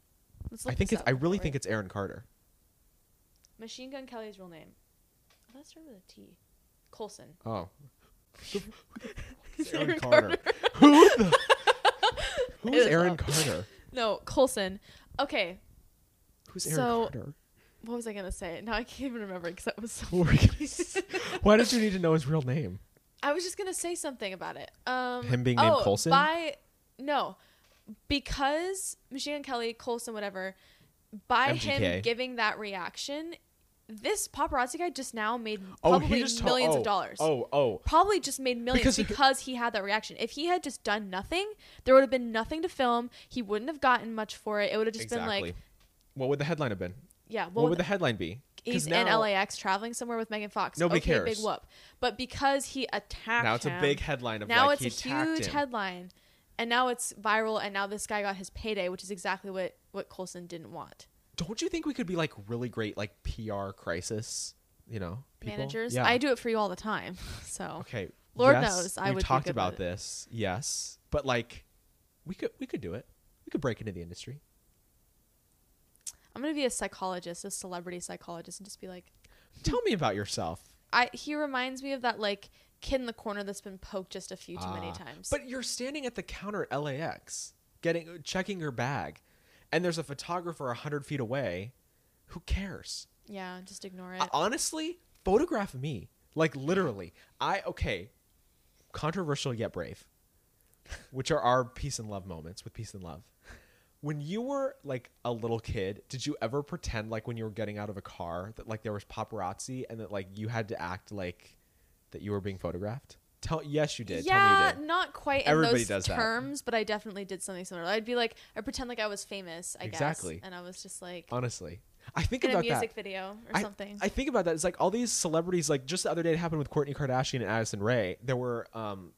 [SPEAKER 2] Let's
[SPEAKER 1] I think it's. I really think it's Aaron Carter.
[SPEAKER 2] Machine Gun Kelly's real name. Oh, Let's start with a T. Colson.
[SPEAKER 1] Oh.
[SPEAKER 2] Aaron
[SPEAKER 1] Aaron Carter. Who the? Who's
[SPEAKER 2] is
[SPEAKER 1] Aaron
[SPEAKER 2] up.
[SPEAKER 1] Carter?
[SPEAKER 2] No, Colson. Okay,
[SPEAKER 1] Who's Aaron
[SPEAKER 2] So-
[SPEAKER 1] Carter?
[SPEAKER 2] what was I gonna say? Now I can't even remember because that was so.
[SPEAKER 1] We're gonna s- Why did you need to know his real name?
[SPEAKER 2] I was just gonna say something about it. Um,
[SPEAKER 1] Him being named Coulson?
[SPEAKER 2] By no, because Machine Gun Kelly, Colson, whatever. By
[SPEAKER 1] MGK.
[SPEAKER 2] him giving that reaction, this paparazzi guy just now made
[SPEAKER 1] Oh,
[SPEAKER 2] probably
[SPEAKER 1] he just to-
[SPEAKER 2] millions
[SPEAKER 1] oh,
[SPEAKER 2] of dollars.
[SPEAKER 1] Oh, oh,
[SPEAKER 2] Probably just made millions
[SPEAKER 1] Because
[SPEAKER 2] because,
[SPEAKER 1] he-
[SPEAKER 2] he had that reaction. If he had just done nothing, there would have been nothing to film. He wouldn't have gotten much for it. It would have just
[SPEAKER 1] exactly.
[SPEAKER 2] been like,
[SPEAKER 1] what would the headline have been?
[SPEAKER 2] yeah, well,
[SPEAKER 1] What, would the headline be? 'Cause
[SPEAKER 2] he's
[SPEAKER 1] now,
[SPEAKER 2] in LAX traveling somewhere with Megan Fox.
[SPEAKER 1] Nobody
[SPEAKER 2] okay,
[SPEAKER 1] cares.
[SPEAKER 2] Big whoop. But because he attacked
[SPEAKER 1] Now it's a
[SPEAKER 2] him-
[SPEAKER 1] big headline of
[SPEAKER 2] now
[SPEAKER 1] like
[SPEAKER 2] it's
[SPEAKER 1] he
[SPEAKER 2] a
[SPEAKER 1] attacked
[SPEAKER 2] huge
[SPEAKER 1] him.
[SPEAKER 2] headline, and now it's viral, and now this guy got his payday, which is exactly what what Colson didn't want.
[SPEAKER 1] Don't you think we could be like really great like PR crisis? You know, people?
[SPEAKER 2] Managers,
[SPEAKER 1] Yeah.
[SPEAKER 2] I do it for you all the time, so
[SPEAKER 1] Okay.
[SPEAKER 2] Lord
[SPEAKER 1] yes,
[SPEAKER 2] knows I
[SPEAKER 1] we
[SPEAKER 2] would be
[SPEAKER 1] talked
[SPEAKER 2] good
[SPEAKER 1] about
[SPEAKER 2] with it.
[SPEAKER 1] this. Yes, but like, we could we could do it. We could break into the industry.
[SPEAKER 2] I'm gonna be a psychologist, a celebrity psychologist, and just be like,
[SPEAKER 1] Tell me about yourself.
[SPEAKER 2] I. He reminds me of that like kid in the corner that's been poked just a few too many
[SPEAKER 1] Ah,
[SPEAKER 2] times.
[SPEAKER 1] But you're standing at the counter at LAX, getting checking your bag, and there's a photographer hundred feet away. Who cares?
[SPEAKER 2] yeah, just ignore it.
[SPEAKER 1] I- honestly, photograph me. Like literally, I okay. Controversial yet brave, which are our peace and love moments with peace and love. When you were like a little kid, did you ever pretend like when you were getting out of a car that like there was paparazzi and that like you had to act like that you were being photographed? Tell yes, you did. Tell me you
[SPEAKER 2] yeah,
[SPEAKER 1] did.
[SPEAKER 2] not quite in
[SPEAKER 1] Everybody
[SPEAKER 2] those
[SPEAKER 1] does that.
[SPEAKER 2] terms, but I definitely did something similar. I'd be like, I pretend like I was famous, I
[SPEAKER 1] Exactly.
[SPEAKER 2] guess, and I was just like
[SPEAKER 1] honestly i think
[SPEAKER 2] in a
[SPEAKER 1] about
[SPEAKER 2] music
[SPEAKER 1] that
[SPEAKER 2] video or
[SPEAKER 1] I-
[SPEAKER 2] something.
[SPEAKER 1] I, think about that it's like all these celebrities like just the other day it happened with courtney kardashian and addison ray there were um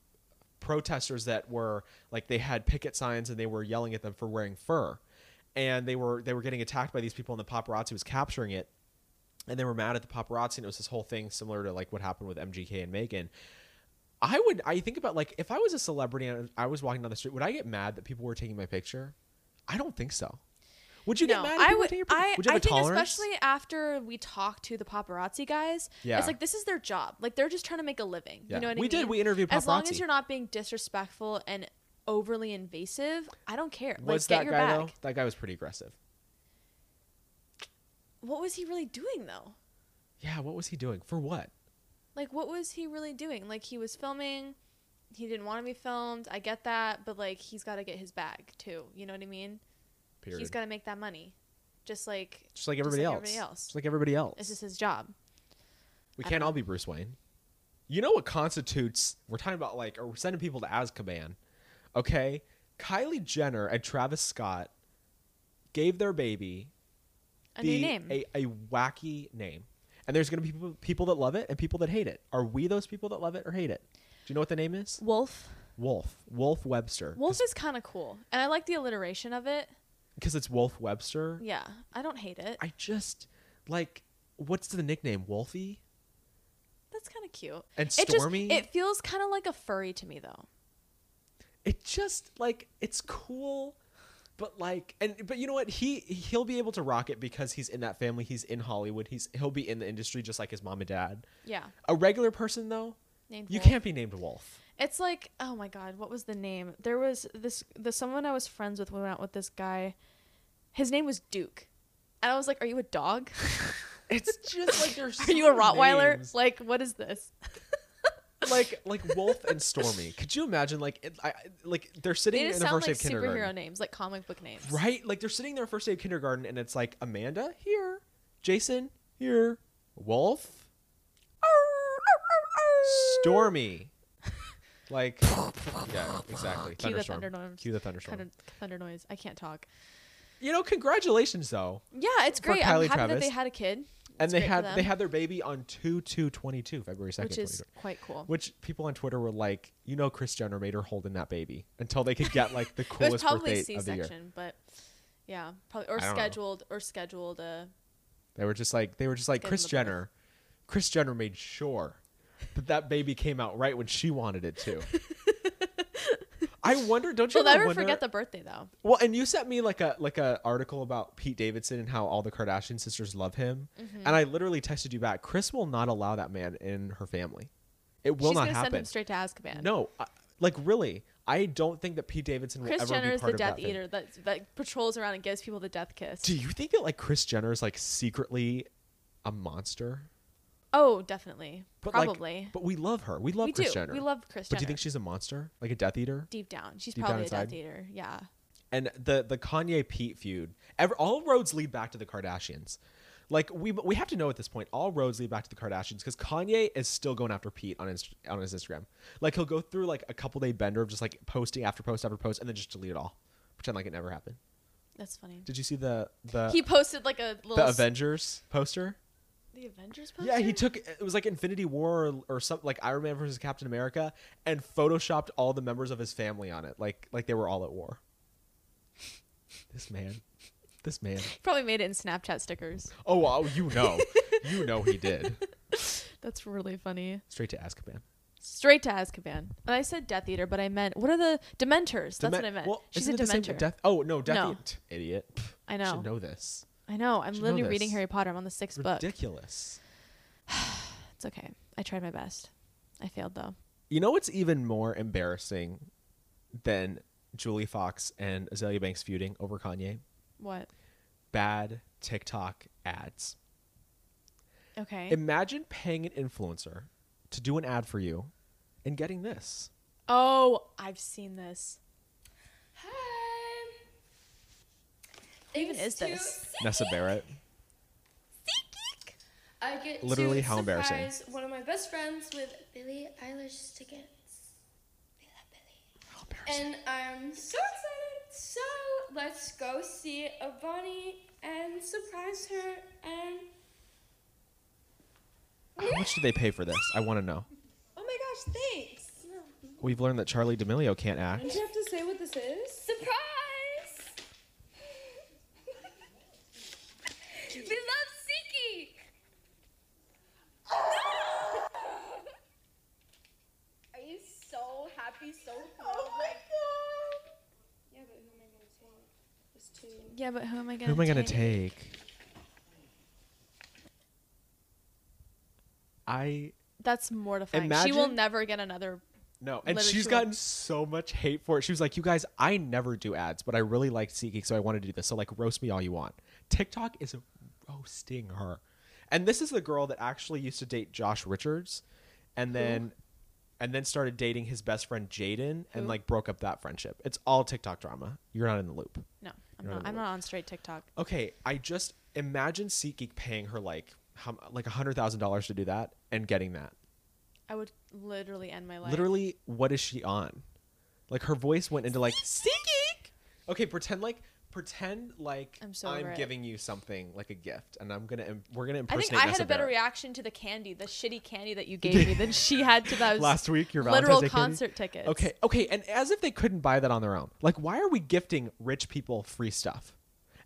[SPEAKER 1] protesters that were like they had picket signs and they were yelling at them for wearing fur and they were they were getting attacked by these people and the paparazzi was capturing it and they were mad at the paparazzi and it was this whole thing similar to like what happened with mgk and megan i would i think about like if i was a celebrity and i was walking down the street would i get mad that people were taking my picture i don't think so would you get mad if
[SPEAKER 2] I
[SPEAKER 1] people were
[SPEAKER 2] would.
[SPEAKER 1] taking your picture
[SPEAKER 2] I,
[SPEAKER 1] would you have
[SPEAKER 2] I
[SPEAKER 1] a
[SPEAKER 2] think
[SPEAKER 1] tolerance
[SPEAKER 2] especially after we talked to the paparazzi guys,
[SPEAKER 1] Yeah.
[SPEAKER 2] it's like this is their job. Like they're just trying to make a living.
[SPEAKER 1] Yeah.
[SPEAKER 2] You know what
[SPEAKER 1] We
[SPEAKER 2] I mean?
[SPEAKER 1] did. We interviewed
[SPEAKER 2] As long
[SPEAKER 1] paparazzi.
[SPEAKER 2] as you're not being disrespectful and overly invasive, I don't care. Like
[SPEAKER 1] was
[SPEAKER 2] get
[SPEAKER 1] that
[SPEAKER 2] your
[SPEAKER 1] guy
[SPEAKER 2] bag.
[SPEAKER 1] though? That guy was pretty aggressive.
[SPEAKER 2] What was he really doing though?
[SPEAKER 1] Yeah, what was he doing? For what?
[SPEAKER 2] Like what was he really doing? Like he was filming. He didn't want to be filmed. I get that, but like he's got to get his bag too. You know what I mean?
[SPEAKER 1] Period.
[SPEAKER 2] He's got to make that money, just like
[SPEAKER 1] just like everybody
[SPEAKER 2] like
[SPEAKER 1] else.
[SPEAKER 2] everybody else.
[SPEAKER 1] Just like everybody else.
[SPEAKER 2] this is his job.
[SPEAKER 1] we
[SPEAKER 2] I
[SPEAKER 1] can't
[SPEAKER 2] don't
[SPEAKER 1] all
[SPEAKER 2] know.
[SPEAKER 1] be Bruce Wayne. You know what constitutes? We're talking about like, or we're sending people to Azkaban. Okay, Kylie Jenner and Travis Scott gave their baby
[SPEAKER 2] A
[SPEAKER 1] the-
[SPEAKER 2] new name.
[SPEAKER 1] a, a wacky name, and there's gonna be people, people that love it and people that hate it. Are we those people that love it or hate it? Do you know what the name is?
[SPEAKER 2] Wolf.
[SPEAKER 1] Wolf. Wolf Webster.
[SPEAKER 2] Wolf is kind of cool, and I like the alliteration of it.
[SPEAKER 1] Because it's Wolf Webster.
[SPEAKER 2] Yeah, I don't hate it.
[SPEAKER 1] I just like what's the nickname? Wolfie
[SPEAKER 2] That's kind of cute.
[SPEAKER 1] and
[SPEAKER 2] It just
[SPEAKER 1] Stormy.
[SPEAKER 2] it feels kind of like a furry to me though.
[SPEAKER 1] it just like it's cool but like and but you know what he he'll be able to rock it because he's in that family he's in hollywood he's he'll be in the industry just like his mom and dad
[SPEAKER 2] Yeah.
[SPEAKER 1] a regular person though
[SPEAKER 2] Named
[SPEAKER 1] you
[SPEAKER 2] Wolf.
[SPEAKER 1] can't be named wolf
[SPEAKER 2] It's like, oh my god, what was the name? There was this the someone I was friends with went out with this guy. His name was Duke. And I was like, Are you a dog?
[SPEAKER 1] it's just like there's
[SPEAKER 2] Are you a Rottweiler? Like, what is this?
[SPEAKER 1] like like wolf and stormy could you imagine like it, I, like they're sitting
[SPEAKER 2] They
[SPEAKER 1] in
[SPEAKER 2] just
[SPEAKER 1] the
[SPEAKER 2] sound
[SPEAKER 1] first day
[SPEAKER 2] like
[SPEAKER 1] of kindergarten
[SPEAKER 2] superhero names, like comic book names.
[SPEAKER 1] right like they're sitting there first day of kindergarten and it's like amanda here jason here wolf stormy like yeah exactly
[SPEAKER 2] Cue the
[SPEAKER 1] thunderstorm
[SPEAKER 2] thunderstorms.
[SPEAKER 1] cue the thunderstorm
[SPEAKER 2] Thunder, thunder noise. I can't talk.
[SPEAKER 1] you know congratulations though
[SPEAKER 2] Yeah, it's
[SPEAKER 1] For
[SPEAKER 2] great. I'm
[SPEAKER 1] Kylie
[SPEAKER 2] happy that
[SPEAKER 1] Travis.
[SPEAKER 2] they had a kid.
[SPEAKER 1] and
[SPEAKER 2] It's
[SPEAKER 1] they
[SPEAKER 2] great for
[SPEAKER 1] had
[SPEAKER 2] them,
[SPEAKER 1] they had their baby on 2 2 22 february 2nd
[SPEAKER 2] which is
[SPEAKER 1] 22.
[SPEAKER 2] quite cool.
[SPEAKER 1] which people on twitter were like you know chris jenner made her holding that baby until they could get like the
[SPEAKER 2] It was
[SPEAKER 1] coolest birth
[SPEAKER 2] probably
[SPEAKER 1] date of the year
[SPEAKER 2] C-section, but yeah, probably or
[SPEAKER 1] I don't know.
[SPEAKER 2] scheduled or scheduled uh, a
[SPEAKER 1] They were just like they were just like
[SPEAKER 2] Give
[SPEAKER 1] Chris
[SPEAKER 2] them the birth.
[SPEAKER 1] Jenner. Chris Jenner made sure that that baby came out right when she wanted it to. I wonder. Don't you
[SPEAKER 2] She'll
[SPEAKER 1] ever
[SPEAKER 2] never
[SPEAKER 1] wonder-
[SPEAKER 2] forget the birthday though.
[SPEAKER 1] Well, and you sent me like a like a article about Pete Davidson and how all the Kardashian sisters love him,
[SPEAKER 2] Mm-hmm.
[SPEAKER 1] and I literally texted you back. Chris will not allow that man in her family. It will
[SPEAKER 2] She's
[SPEAKER 1] not
[SPEAKER 2] gonna
[SPEAKER 1] happen.
[SPEAKER 2] send him straight to Azkaban.
[SPEAKER 1] no, I, like really, I don't think that Pete Davidson will
[SPEAKER 2] Chris
[SPEAKER 1] ever
[SPEAKER 2] Jenner
[SPEAKER 1] be
[SPEAKER 2] is
[SPEAKER 1] part
[SPEAKER 2] the
[SPEAKER 1] of
[SPEAKER 2] Death
[SPEAKER 1] that family.
[SPEAKER 2] Eater that that patrols around and gives people the death kiss.
[SPEAKER 1] Do you think that like Chris Jenner is like secretly a monster?
[SPEAKER 2] oh, definitely,
[SPEAKER 1] like,
[SPEAKER 2] probably.
[SPEAKER 1] but we love her. We love
[SPEAKER 2] we
[SPEAKER 1] Kris
[SPEAKER 2] do.
[SPEAKER 1] Jenner.
[SPEAKER 2] We love Chris
[SPEAKER 1] But
[SPEAKER 2] Jenner.
[SPEAKER 1] do you think she's a monster, like a Death Eater?
[SPEAKER 2] deep down she's
[SPEAKER 1] deep down
[SPEAKER 2] probably a
[SPEAKER 1] inside?
[SPEAKER 2] Death Eater? Yeah.
[SPEAKER 1] And the the Kanye Pete feud. Ever, all roads lead back to the Kardashians. Like we we have to know at this point, all roads lead back to the Kardashians because Kanye is still going after Pete on his on his Instagram. Like he'll go through like a couple day bender of just like posting after post after post and then just delete it all, pretend like it never happened.
[SPEAKER 2] That's funny.
[SPEAKER 1] Did you see the the
[SPEAKER 2] he posted like a little
[SPEAKER 1] the
[SPEAKER 2] s-
[SPEAKER 1] Avengers poster?
[SPEAKER 2] The Avengers poster.
[SPEAKER 1] Yeah, he took it was like Infinity War or, or something like Iron Man versus Captain America and photoshopped all the members of his family on it, like like they were all at war. This man, this man.
[SPEAKER 2] probably made it in Snapchat stickers.
[SPEAKER 1] Oh, oh, you know, you know he did.
[SPEAKER 2] That's really funny.
[SPEAKER 1] Straight to Azkaban.
[SPEAKER 2] Straight to Azkaban. And I said Death Eater, but I meant what are the Dementors? That's what
[SPEAKER 1] Deme-
[SPEAKER 2] I meant.
[SPEAKER 1] Well,
[SPEAKER 2] She's
[SPEAKER 1] isn't
[SPEAKER 2] a
[SPEAKER 1] it the same
[SPEAKER 2] Dementor.
[SPEAKER 1] Death. Oh no, Death
[SPEAKER 2] No.
[SPEAKER 1] Eat- idiot. Pff,
[SPEAKER 2] I
[SPEAKER 1] Should
[SPEAKER 2] know.
[SPEAKER 1] know this.
[SPEAKER 2] I know. I'm
[SPEAKER 1] should know
[SPEAKER 2] literally reading
[SPEAKER 1] this.
[SPEAKER 2] Harry Potter. I'm on the sixth book.
[SPEAKER 1] Ridiculous.
[SPEAKER 2] It's okay. I tried my best. I failed though.
[SPEAKER 1] You know what's even more embarrassing than Julie Fox and Azalea Banks feuding over Kanye?
[SPEAKER 2] What?
[SPEAKER 1] Bad TikTok ads.
[SPEAKER 2] Okay.
[SPEAKER 1] Imagine paying an influencer to do an ad for you and getting this.
[SPEAKER 2] oh, I've seen this.
[SPEAKER 4] Hi.
[SPEAKER 2] Who even
[SPEAKER 4] Thanks
[SPEAKER 2] is
[SPEAKER 4] to
[SPEAKER 2] this?
[SPEAKER 1] Nessa Barrett.
[SPEAKER 4] SeatGeek, I get
[SPEAKER 1] Literally,
[SPEAKER 4] to
[SPEAKER 1] how embarrassing.
[SPEAKER 4] surprise one of my best friends with Billie Eilish tickets. We love Billie.
[SPEAKER 1] How embarrassing.
[SPEAKER 4] And I'm so excited. So let's go see Avani and surprise her and.
[SPEAKER 1] How much did they pay for this? I want to know.
[SPEAKER 4] Oh my gosh! Thanks.
[SPEAKER 1] We've learned that Charlie D'Amelio can't act.
[SPEAKER 4] you have to say what this is? Surprise! we love Siki! Are you so happy, so thrilled? Oh my god! Yeah, but who
[SPEAKER 2] Yeah, but who am
[SPEAKER 4] am I gonna take? There's two.
[SPEAKER 2] I gonna?
[SPEAKER 1] Who am I going to
[SPEAKER 2] take?
[SPEAKER 1] take? I
[SPEAKER 2] That's mortifying. she will
[SPEAKER 1] Imagine-
[SPEAKER 2] never get another.
[SPEAKER 1] no, and
[SPEAKER 2] Literally,
[SPEAKER 1] she's
[SPEAKER 2] she
[SPEAKER 1] gotten
[SPEAKER 2] would-
[SPEAKER 1] so much hate for it. She was like, "You guys, I never do ads, but I really like SeatGeek, so I want to do this. So like, roast me all you want." TikTok is roasting her, and this is the girl that actually used to date Josh Richards, and then, and then started dating his best friend Jaden, and
[SPEAKER 2] Who?
[SPEAKER 1] like broke up that friendship. It's all TikTok drama. You're not in the loop.
[SPEAKER 2] No, I'm
[SPEAKER 1] You're
[SPEAKER 2] not.
[SPEAKER 1] not
[SPEAKER 2] I'm
[SPEAKER 1] allowed.
[SPEAKER 2] not on straight TikTok.
[SPEAKER 1] Okay, I just imagine SeatGeek paying her like how, like hundred thousand dollars to do that and getting that.
[SPEAKER 2] I would literally end my life.
[SPEAKER 1] Literally, what is she on? Like her voice went into like SeatGeek. Okay, pretend like pretend like
[SPEAKER 2] I'm so over it.
[SPEAKER 1] giving you something like a gift, and I'm gonna im- we're gonna
[SPEAKER 2] I think
[SPEAKER 1] impersonate.
[SPEAKER 2] I had
[SPEAKER 1] Nessa
[SPEAKER 2] a better
[SPEAKER 1] Barrett.
[SPEAKER 2] reaction to the candy, the shitty candy that you gave me, than she had to those
[SPEAKER 1] last week. Your
[SPEAKER 2] literal
[SPEAKER 1] Valentine's Day candy?
[SPEAKER 2] concert tickets.
[SPEAKER 1] Okay, okay, and as if they couldn't buy that on their own. Like, why are we gifting rich people free stuff?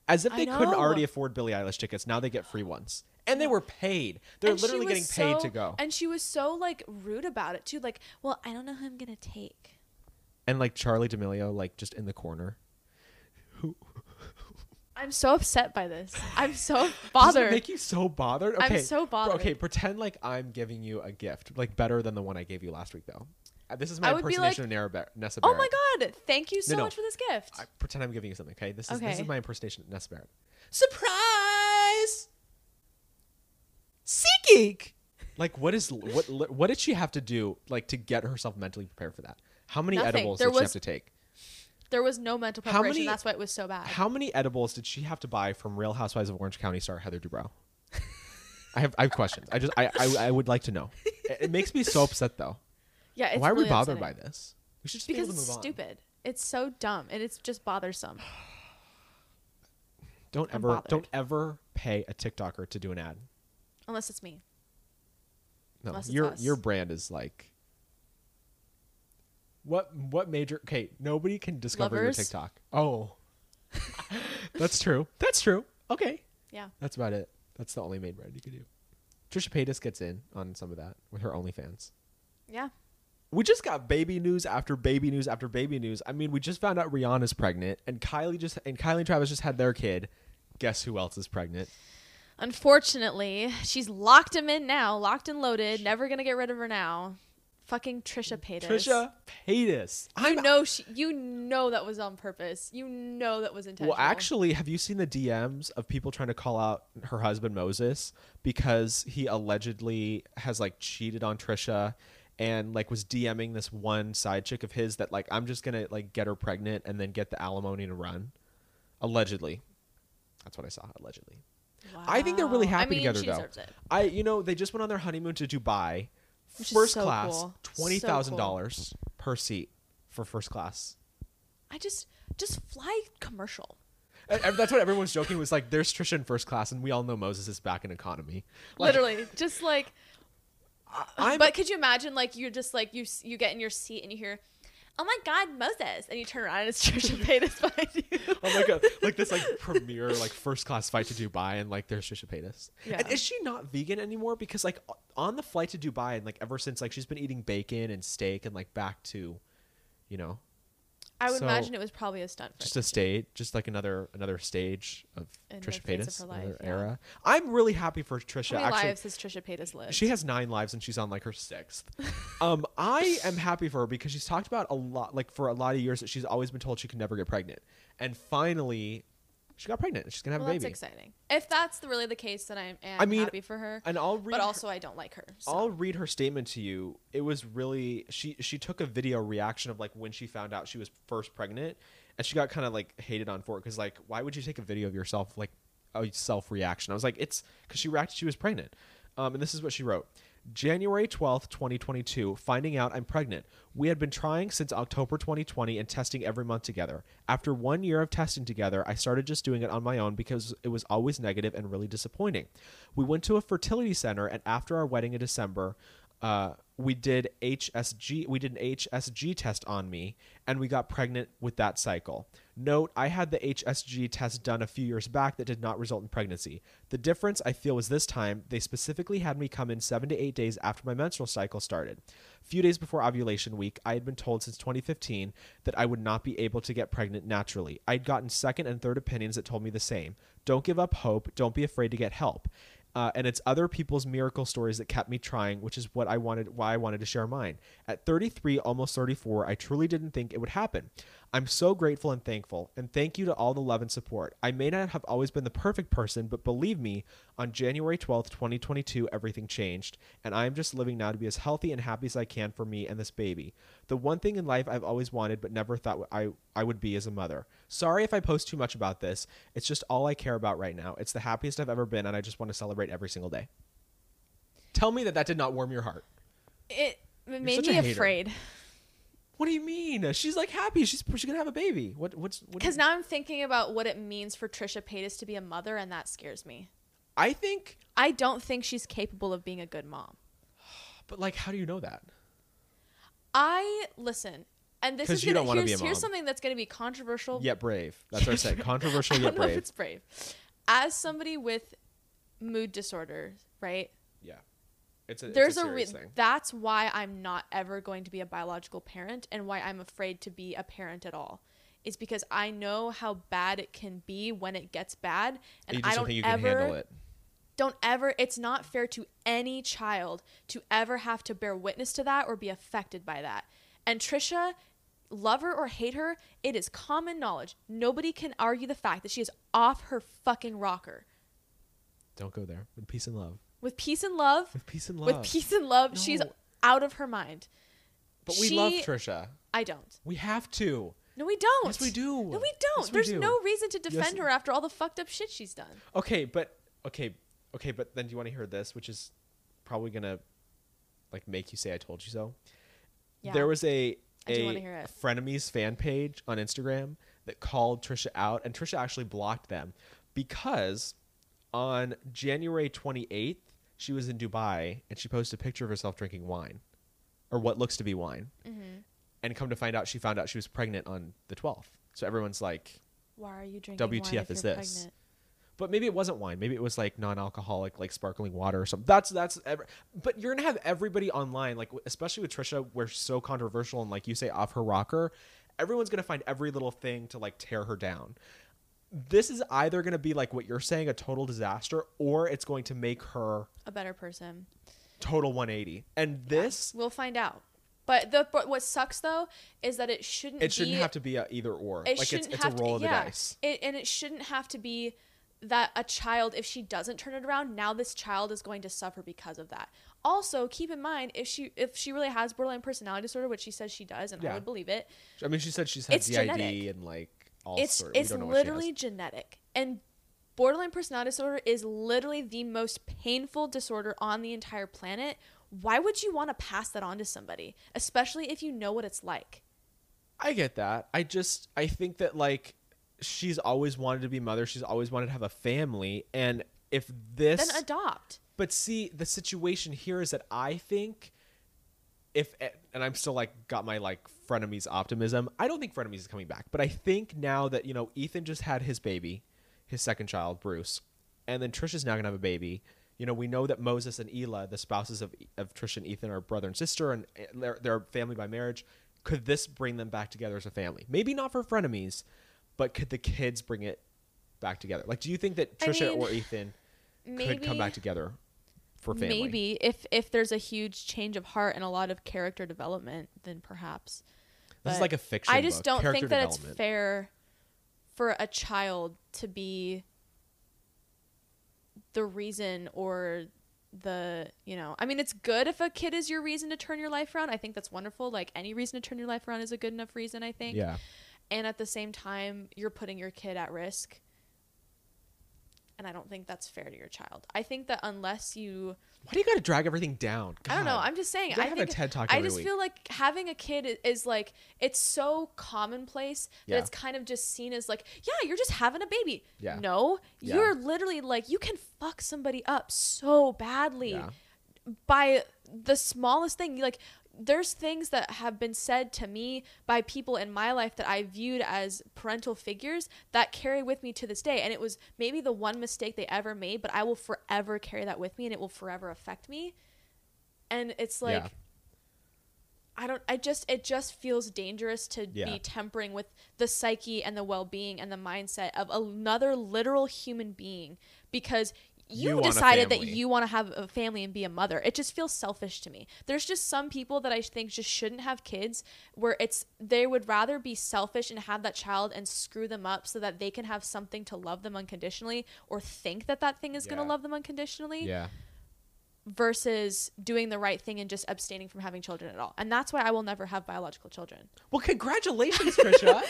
[SPEAKER 1] As if
[SPEAKER 2] I
[SPEAKER 1] they couldn't
[SPEAKER 2] know.
[SPEAKER 1] already afford Billie Eilish tickets, now they get free ones. and they were paid. They're
[SPEAKER 2] And she
[SPEAKER 1] literally getting
[SPEAKER 2] was
[SPEAKER 1] paid
[SPEAKER 2] so-
[SPEAKER 1] to go. And,
[SPEAKER 2] And she was so like rude about it too. Like, well, I don't know who I'm gonna take.
[SPEAKER 1] like Charlie D'Amelio, like just in the corner,
[SPEAKER 2] I'm so upset by this. I'm so
[SPEAKER 1] Doesn't it
[SPEAKER 2] bothered.
[SPEAKER 1] make you so bothered.
[SPEAKER 2] I'm
[SPEAKER 1] Okay,
[SPEAKER 2] so
[SPEAKER 1] bro, Okay,
[SPEAKER 2] bothered.
[SPEAKER 1] pretend like I'm giving you a gift, like better than the one I gave you last week, though. Uh, This is my
[SPEAKER 2] I would be like,
[SPEAKER 1] impersonation of Nara Bar- Nessa
[SPEAKER 2] oh
[SPEAKER 1] Barrett.
[SPEAKER 2] my god! Thank you so
[SPEAKER 1] no.
[SPEAKER 2] much for this gift.
[SPEAKER 1] I, pretend I'm giving you something. Okay, this is this
[SPEAKER 2] Okay.
[SPEAKER 1] is my impersonation of Nessa Barrett. Surprise! Sea geek. Like what is what what did she have to do like to get herself mentally prepared for that? How many
[SPEAKER 2] Nothing.
[SPEAKER 1] edibles
[SPEAKER 2] There
[SPEAKER 1] did she
[SPEAKER 2] was-
[SPEAKER 1] have to take?
[SPEAKER 2] there was no mental
[SPEAKER 1] How
[SPEAKER 2] preparation.
[SPEAKER 1] many-
[SPEAKER 2] That's why it was so bad.
[SPEAKER 1] How many edibles did she have to buy from Real Housewives of Orange County star Heather Dubrow? I have I have questions. I just I I, I would like to know. It, it makes me so upset though.
[SPEAKER 2] yeah. It's
[SPEAKER 1] Why are we
[SPEAKER 2] really
[SPEAKER 1] bothered by
[SPEAKER 2] upsetting.
[SPEAKER 1] this? We should just
[SPEAKER 2] Because
[SPEAKER 1] be able to
[SPEAKER 2] it's
[SPEAKER 1] move on.
[SPEAKER 2] stupid. It's so dumb, and it's just bothersome.
[SPEAKER 1] Don't
[SPEAKER 2] I'm
[SPEAKER 1] ever
[SPEAKER 2] bothered.
[SPEAKER 1] don't ever pay a TikToker to do an ad.
[SPEAKER 2] Unless it's me.
[SPEAKER 1] No,
[SPEAKER 2] Unless it's
[SPEAKER 1] your
[SPEAKER 2] us.
[SPEAKER 1] your brand is like what what major? Okay, nobody can discover
[SPEAKER 2] Lovers?
[SPEAKER 1] your TikTok. Oh, that's true. That's true. Okay,
[SPEAKER 2] Yeah.
[SPEAKER 1] that's about it. That's the only main brand you could do. Trisha Paytas gets in on some of that with her OnlyFans.
[SPEAKER 2] Yeah.
[SPEAKER 1] We just got baby news after baby news after baby news. I mean, we just found out Rihanna's pregnant, and Kylie just and Kylie and Travis just had their kid. Guess who else is pregnant?
[SPEAKER 2] Unfortunately, she's locked him in now, locked and loaded. Never gonna get rid of her now. Fucking Trisha Paytas.
[SPEAKER 1] Trisha Paytas.
[SPEAKER 2] you know she, you know that was on purpose. You know that was intentional.
[SPEAKER 1] Well, actually, have you seen the DMs of people trying to call out her husband Moses because he allegedly has like cheated on Trisha and like was DMing this one side chick of his that like I'm just gonna like get her pregnant and then get the alimony to run, allegedly. That's what I saw. Allegedly, I think they're really
[SPEAKER 2] Wow. I
[SPEAKER 1] happy
[SPEAKER 2] mean,
[SPEAKER 1] together
[SPEAKER 2] she
[SPEAKER 1] though.
[SPEAKER 2] deserves it.
[SPEAKER 1] I you know they just went on their honeymoon to Dubai,
[SPEAKER 2] Which is
[SPEAKER 1] first
[SPEAKER 2] so
[SPEAKER 1] class,
[SPEAKER 2] cool. So
[SPEAKER 1] twenty thousand dollars per seat for first class.
[SPEAKER 2] I just just fly commercial.
[SPEAKER 1] And- and E-, That's what everyone's joking was like. There's Trisha in first class, and we all know Moses is back in economy. Like,
[SPEAKER 2] Literally, just like.
[SPEAKER 1] I'm-
[SPEAKER 2] but could you imagine, like you're just like you s- you get in your seat and you hear, "Oh my God, Moses!" and you turn around and it's Trisha Paytas behind you.
[SPEAKER 1] oh my god, like this like premier like first class flight to Dubai, and like there's Trisha Paytas. And
[SPEAKER 2] Yeah.
[SPEAKER 1] is she not vegan anymore? Because like o- on the flight to Dubai, and like ever since like she's been eating bacon and steak, and like back to, you know,
[SPEAKER 2] I would
[SPEAKER 1] So-
[SPEAKER 2] imagine it was probably a stunt. For
[SPEAKER 1] just a stage, just like another another stage of
[SPEAKER 2] In the
[SPEAKER 1] Trisha
[SPEAKER 2] phase of
[SPEAKER 1] Paytas,
[SPEAKER 2] her life,
[SPEAKER 1] another
[SPEAKER 2] yeah.
[SPEAKER 1] era. I'm really happy for Trisha.
[SPEAKER 2] How many
[SPEAKER 1] actually,
[SPEAKER 2] lives has Trisha Paytas lived?
[SPEAKER 1] She has nine lives and she's on like her sixth. um, I am happy for her because she's talked about a lot, like for a lot of years, that she's always been told she could never get pregnant, and finally, she got pregnant. and She's gonna have
[SPEAKER 2] well,
[SPEAKER 1] a baby.
[SPEAKER 2] that's exciting. If that's the, really the case, then I'm, am
[SPEAKER 1] I mean,
[SPEAKER 2] happy for her.
[SPEAKER 1] And I'll read.
[SPEAKER 2] but
[SPEAKER 1] her-
[SPEAKER 2] also, I don't like her. So.
[SPEAKER 1] I'll read her statement to you. It was really she. She took a video reaction of like when she found out she was first pregnant, and she got kind of like hated on for it because like why would you take a video of yourself like a self reaction? I was like it's because she reacted she was pregnant, um, and this is what she wrote. January 12th, 2022, finding out I'm pregnant. We had been trying since October 2020 and testing every month together. After one year of testing together, I started just doing it on my own because it was always negative and really disappointing. We went to a fertility center, and after our wedding in December, uh, we did HSG. We did an HSG test on me, and we got pregnant with that cycle. Note: I had the HSG test done a few years back that did not result in pregnancy. The difference I feel was this time they specifically had me come in seven to eight days after my menstrual cycle started. A few days before ovulation week, I had been told since 2015 that I would not be able to get pregnant naturally. I'd gotten second and third opinions that told me the same. Don't give up hope. Don't be afraid to get help uh, and it's other people's miracle stories that kept me trying, which is what I wanted, why I wanted to share mine. At 33, almost 34, I truly didn't think it would happen. I'm so grateful and thankful, and thank you to all the love and support. I may not have always been the perfect person, but believe me, on January 12th, 2022, everything changed, and I am just living now to be as healthy and happy as I can for me and this baby. The one thing in life I've always wanted but never thought I, I would be as a mother. Sorry if I post too much about this. It's just all I care about right now. It's the happiest I've ever been, and I just want to celebrate every single day. Tell me that that did not warm your heart.
[SPEAKER 2] it, it made
[SPEAKER 1] such
[SPEAKER 2] me
[SPEAKER 1] a hater.
[SPEAKER 2] afraid
[SPEAKER 1] What do you mean? She's like happy. She's she's gonna have a baby. What what's what do
[SPEAKER 2] because
[SPEAKER 1] you-
[SPEAKER 2] now I'm thinking about what it means for Trisha Paytas to be a mother, and that scares me.
[SPEAKER 1] I think,
[SPEAKER 2] I don't think she's capable of being a good mom.
[SPEAKER 1] but like, how do you know that?
[SPEAKER 2] I listen, and this
[SPEAKER 1] 'Cause
[SPEAKER 2] is
[SPEAKER 1] you
[SPEAKER 2] gonna,
[SPEAKER 1] don't wanna be
[SPEAKER 2] here's,
[SPEAKER 1] a
[SPEAKER 2] here's
[SPEAKER 1] mom.
[SPEAKER 2] something that's going to be controversial.
[SPEAKER 1] Yet brave. That's what I said. Controversial
[SPEAKER 2] I
[SPEAKER 1] yet
[SPEAKER 2] don't know if
[SPEAKER 1] brave.
[SPEAKER 2] it's brave. As somebody with mood disorder, right?
[SPEAKER 1] Yeah, it's a
[SPEAKER 2] There's
[SPEAKER 1] it's a,
[SPEAKER 2] a, re-
[SPEAKER 1] serious thing.
[SPEAKER 2] that's why I'm not ever going to be a biological parent and why I'm afraid to be a parent at all. Is because I know how bad it can be when it gets bad, and
[SPEAKER 1] you just
[SPEAKER 2] I
[SPEAKER 1] don't,
[SPEAKER 2] don't
[SPEAKER 1] think you
[SPEAKER 2] ever
[SPEAKER 1] can handle it.
[SPEAKER 2] don't ever it's not fair to any child to ever have to bear witness to that or be affected by that and trisha love her or hate her it is common knowledge nobody can argue the fact that she is off her fucking rocker
[SPEAKER 1] Don't go there. With peace and love.
[SPEAKER 2] with peace and love
[SPEAKER 1] With peace and love.
[SPEAKER 2] with peace and love she's
[SPEAKER 1] No.
[SPEAKER 2] out of her mind
[SPEAKER 1] But we love
[SPEAKER 2] she-
[SPEAKER 1] Trisha.
[SPEAKER 2] i don't
[SPEAKER 1] We have to.
[SPEAKER 2] no we don't
[SPEAKER 1] Yes, we do.
[SPEAKER 2] no we don't
[SPEAKER 1] Yes, we
[SPEAKER 2] there's
[SPEAKER 1] do.
[SPEAKER 2] no reason to
[SPEAKER 1] Yes.
[SPEAKER 2] defend her after all the fucked up shit she's done
[SPEAKER 1] Okay, but okay, okay, but then do you want to hear this, which is probably gonna like make you say I told you so?
[SPEAKER 2] Yeah.
[SPEAKER 1] There was a
[SPEAKER 2] I do wanna
[SPEAKER 1] a
[SPEAKER 2] hear it.
[SPEAKER 1] frenemies fan page on Instagram that called Trisha out, and Trisha actually blocked them because on January twenty eighth she was in Dubai and she posted a picture of herself drinking wine, or what looks to be wine,
[SPEAKER 2] Mm-hmm.
[SPEAKER 1] and come to find out she found out she was pregnant on the twelfth. So everyone's like,
[SPEAKER 2] why are you drinking wine
[SPEAKER 1] WTF
[SPEAKER 2] if
[SPEAKER 1] is
[SPEAKER 2] you're
[SPEAKER 1] this?
[SPEAKER 2] pregnant?
[SPEAKER 1] but maybe it wasn't wine. Maybe it was like non-alcoholic, like sparkling water or something. That's that's. Ever, but you're gonna have everybody online, like especially with Trisha, we're so controversial and like you say, off her rocker. Everyone's gonna find every little thing to like tear her down. This is either gonna be like what you're saying, a total disaster, or it's going to make her
[SPEAKER 2] a better person
[SPEAKER 1] total 180. And this,
[SPEAKER 2] We'll find out. But the but what sucks though is that it shouldn't.
[SPEAKER 1] it shouldn't
[SPEAKER 2] be,
[SPEAKER 1] have to be a either or.
[SPEAKER 2] It
[SPEAKER 1] like it's
[SPEAKER 2] shouldn't
[SPEAKER 1] it's a
[SPEAKER 2] have
[SPEAKER 1] roll
[SPEAKER 2] to,
[SPEAKER 1] of the
[SPEAKER 2] yeah,
[SPEAKER 1] dice.
[SPEAKER 2] It, and it shouldn't have to be that a child, if she doesn't turn it around, now this child is going to suffer because of that. Also, keep in mind if she if she really has borderline personality disorder, which she says she does, and
[SPEAKER 1] Yeah.
[SPEAKER 2] I would believe it.
[SPEAKER 1] I mean, she said she's had
[SPEAKER 2] it's
[SPEAKER 1] DID
[SPEAKER 2] genetic.
[SPEAKER 1] and like all
[SPEAKER 2] it's
[SPEAKER 1] sorts.
[SPEAKER 2] it's
[SPEAKER 1] we don't know
[SPEAKER 2] literally
[SPEAKER 1] What
[SPEAKER 2] genetic and. Borderline personality disorder is literally the most painful disorder on the entire planet. Why would you want to pass that on to somebody, especially if you know what it's like?
[SPEAKER 1] I get that. I just I think that like she's always wanted to be mother. She's always wanted to have a family, and if this,
[SPEAKER 2] then adopt.
[SPEAKER 1] but see the situation here is that I think if and I'm still like got my like frenemies optimism. I don't think frenemies is coming back, but I think now that you know Ethan just had his baby, his second child Bruce, and then Trisha's now gonna have a baby. You know, we know that Moses and Elah, the spouses of of Trisha and Ethan, are brother and sister, and eh, they're, they're family by marriage. Could this bring them back together as a family? Maybe not for frenemies, but could the kids bring it back together? Like, do you think that
[SPEAKER 2] I
[SPEAKER 1] Trisha
[SPEAKER 2] mean,
[SPEAKER 1] or Ethan could come
[SPEAKER 2] maybe-
[SPEAKER 1] back together for family?
[SPEAKER 2] Maybe if if there's a huge change of heart and a lot of character development, then perhaps.
[SPEAKER 1] This is
[SPEAKER 2] But
[SPEAKER 1] like a fiction.
[SPEAKER 2] I just
[SPEAKER 1] book,
[SPEAKER 2] don't
[SPEAKER 1] character
[SPEAKER 2] think that it's
[SPEAKER 1] development.
[SPEAKER 2] fair for a child to be the reason or the you know i mean it's good if a kid is your reason to turn your life around i think that's wonderful like any reason to turn your life around is a good enough reason i think
[SPEAKER 1] Yeah.
[SPEAKER 2] and at the same time you're putting your kid at risk and i don't think that's fair to your child i think that unless you
[SPEAKER 1] Why do you got to drag everything down?
[SPEAKER 2] i don't know
[SPEAKER 1] God.
[SPEAKER 2] i'm just saying
[SPEAKER 1] You
[SPEAKER 2] i
[SPEAKER 1] gotta have
[SPEAKER 2] think
[SPEAKER 1] a TED talk
[SPEAKER 2] i
[SPEAKER 1] every
[SPEAKER 2] just
[SPEAKER 1] week.
[SPEAKER 2] feel like having a kid i- is like it's so commonplace that
[SPEAKER 1] Yeah.
[SPEAKER 2] it's kind of just seen as like yeah you're just having a baby
[SPEAKER 1] Yeah.
[SPEAKER 2] no
[SPEAKER 1] Yeah.
[SPEAKER 2] you're literally like you can fuck somebody up so badly
[SPEAKER 1] Yeah.
[SPEAKER 2] by the smallest thing like there's things that have been said to me by people in my life that I viewed as parental figures that carry with me to this day and it was maybe the one mistake they ever made but I will forever carry that with me and it will forever affect me and it's like
[SPEAKER 1] Yeah.
[SPEAKER 2] I don't I just it just feels dangerous to
[SPEAKER 1] Yeah.
[SPEAKER 2] be tempering with the psyche and the well-being and the mindset of another literal human being because
[SPEAKER 1] You
[SPEAKER 2] you,
[SPEAKER 1] want a
[SPEAKER 2] decided that
[SPEAKER 1] family.
[SPEAKER 2] you want to have a family and be a mother. It just feels selfish to me. There's just some people that I think just shouldn't have kids where it's they would rather be selfish and have that child and screw them up so that they can have something to love them unconditionally or think that that thing is going
[SPEAKER 1] Yeah.
[SPEAKER 2] to love them unconditionally
[SPEAKER 1] Yeah.
[SPEAKER 2] versus doing the right thing and just abstaining from having children at all. And that's why I will never have biological children.
[SPEAKER 1] Well, congratulations, Trisha.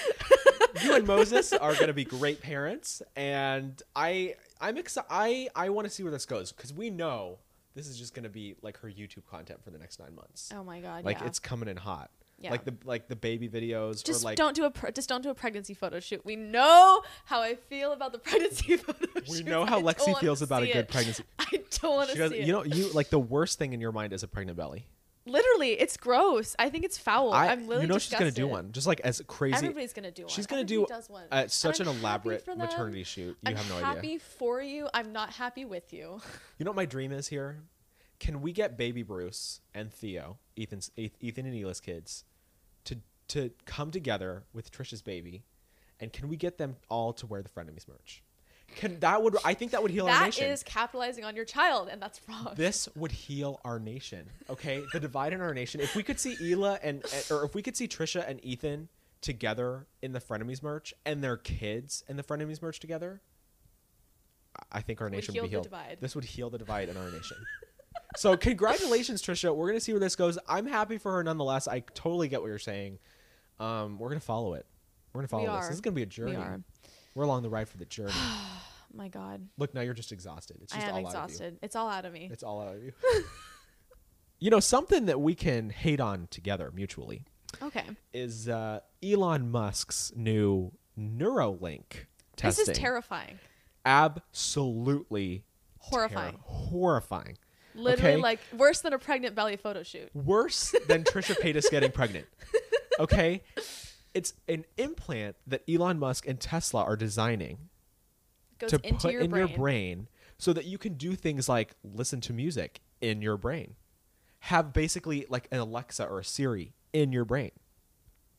[SPEAKER 1] you and Moses are going to be great parents, and I, I'm excited. I, I want to see where this goes because we know this is just going to be like her YouTube content for the next nine months.
[SPEAKER 2] Oh my god,
[SPEAKER 1] like
[SPEAKER 2] yeah.
[SPEAKER 1] it's coming in hot.
[SPEAKER 2] Yeah.
[SPEAKER 1] Like the like the baby videos
[SPEAKER 2] just
[SPEAKER 1] or like
[SPEAKER 2] don't do a pre- just don't do a pregnancy photo shoot. We know how I feel about the pregnancy photo shoot.
[SPEAKER 1] we know how Lexi feels about a good pregnancy.
[SPEAKER 2] I don't want
[SPEAKER 1] She
[SPEAKER 2] to
[SPEAKER 1] does,
[SPEAKER 2] see
[SPEAKER 1] you know, you like the worst thing in your mind is a pregnant belly.
[SPEAKER 2] Literally, it's gross. I think it's foul. I,
[SPEAKER 1] I,
[SPEAKER 2] am really
[SPEAKER 1] you know she's
[SPEAKER 2] disgusted.
[SPEAKER 1] gonna do one, just like as crazy.
[SPEAKER 2] Everybody's gonna do one.
[SPEAKER 1] She's gonna
[SPEAKER 2] Everybody
[SPEAKER 1] do
[SPEAKER 2] does one.
[SPEAKER 1] uh, such
[SPEAKER 2] And
[SPEAKER 1] an
[SPEAKER 2] I'm happy
[SPEAKER 1] elaborate
[SPEAKER 2] for them.
[SPEAKER 1] maternity shoot. You
[SPEAKER 2] I'm
[SPEAKER 1] have no
[SPEAKER 2] happy
[SPEAKER 1] idea.
[SPEAKER 2] for you. I'm not happy with you.
[SPEAKER 1] You know what my dream is here? Can we get baby Bruce and Theo, Ethan's Eth- Ethan and Ela's kids, to to come together with Trisha's baby, and can we get them all to wear the frenemies merch? Can that would I think that would heal our
[SPEAKER 2] That
[SPEAKER 1] nation.
[SPEAKER 2] is capitalizing on your child, and that's wrong.
[SPEAKER 1] This would heal our nation. Okay, the divide in our nation. If we could see Ela and eh, or if we could see Trisha and Ethan together in the frenemies merch and their kids in the frenemies merch together, I- I think our
[SPEAKER 2] would
[SPEAKER 1] nation would be
[SPEAKER 2] heal
[SPEAKER 1] healed.
[SPEAKER 2] the divide.
[SPEAKER 1] This would heal the divide in our nation. so congratulations, Trisha. We're gonna see where this goes. I'm happy for her nonetheless. I totally get what you're saying. Um, we're gonna follow it. We're gonna follow
[SPEAKER 2] We
[SPEAKER 1] this.
[SPEAKER 2] are.
[SPEAKER 1] This is gonna be a journey.
[SPEAKER 2] are.
[SPEAKER 1] We're along the ride for the journey.
[SPEAKER 2] my God,
[SPEAKER 1] Look, now you're just exhausted. It's
[SPEAKER 2] I
[SPEAKER 1] just
[SPEAKER 2] am
[SPEAKER 1] all out of you.
[SPEAKER 2] exhausted. It's all out of me.
[SPEAKER 1] It's all out of you. you know, something that we can hate on together mutually
[SPEAKER 2] okay,
[SPEAKER 1] is uh, Elon Musk's new Neuralink testing.
[SPEAKER 2] this is terrifying,
[SPEAKER 1] Absolutely
[SPEAKER 2] horrifying,
[SPEAKER 1] terri- horrifying.
[SPEAKER 2] literally
[SPEAKER 1] Okay?
[SPEAKER 2] like worse than a pregnant belly photo shoot.
[SPEAKER 1] worse than Trisha Paytas getting pregnant. Okay? It's an implant that Elon Musk and Tesla are designing
[SPEAKER 2] It goes
[SPEAKER 1] to
[SPEAKER 2] into
[SPEAKER 1] put
[SPEAKER 2] your
[SPEAKER 1] in
[SPEAKER 2] brain.
[SPEAKER 1] your brain so that you can do things like listen to music in your brain have basically like an alexa or a siri in your brain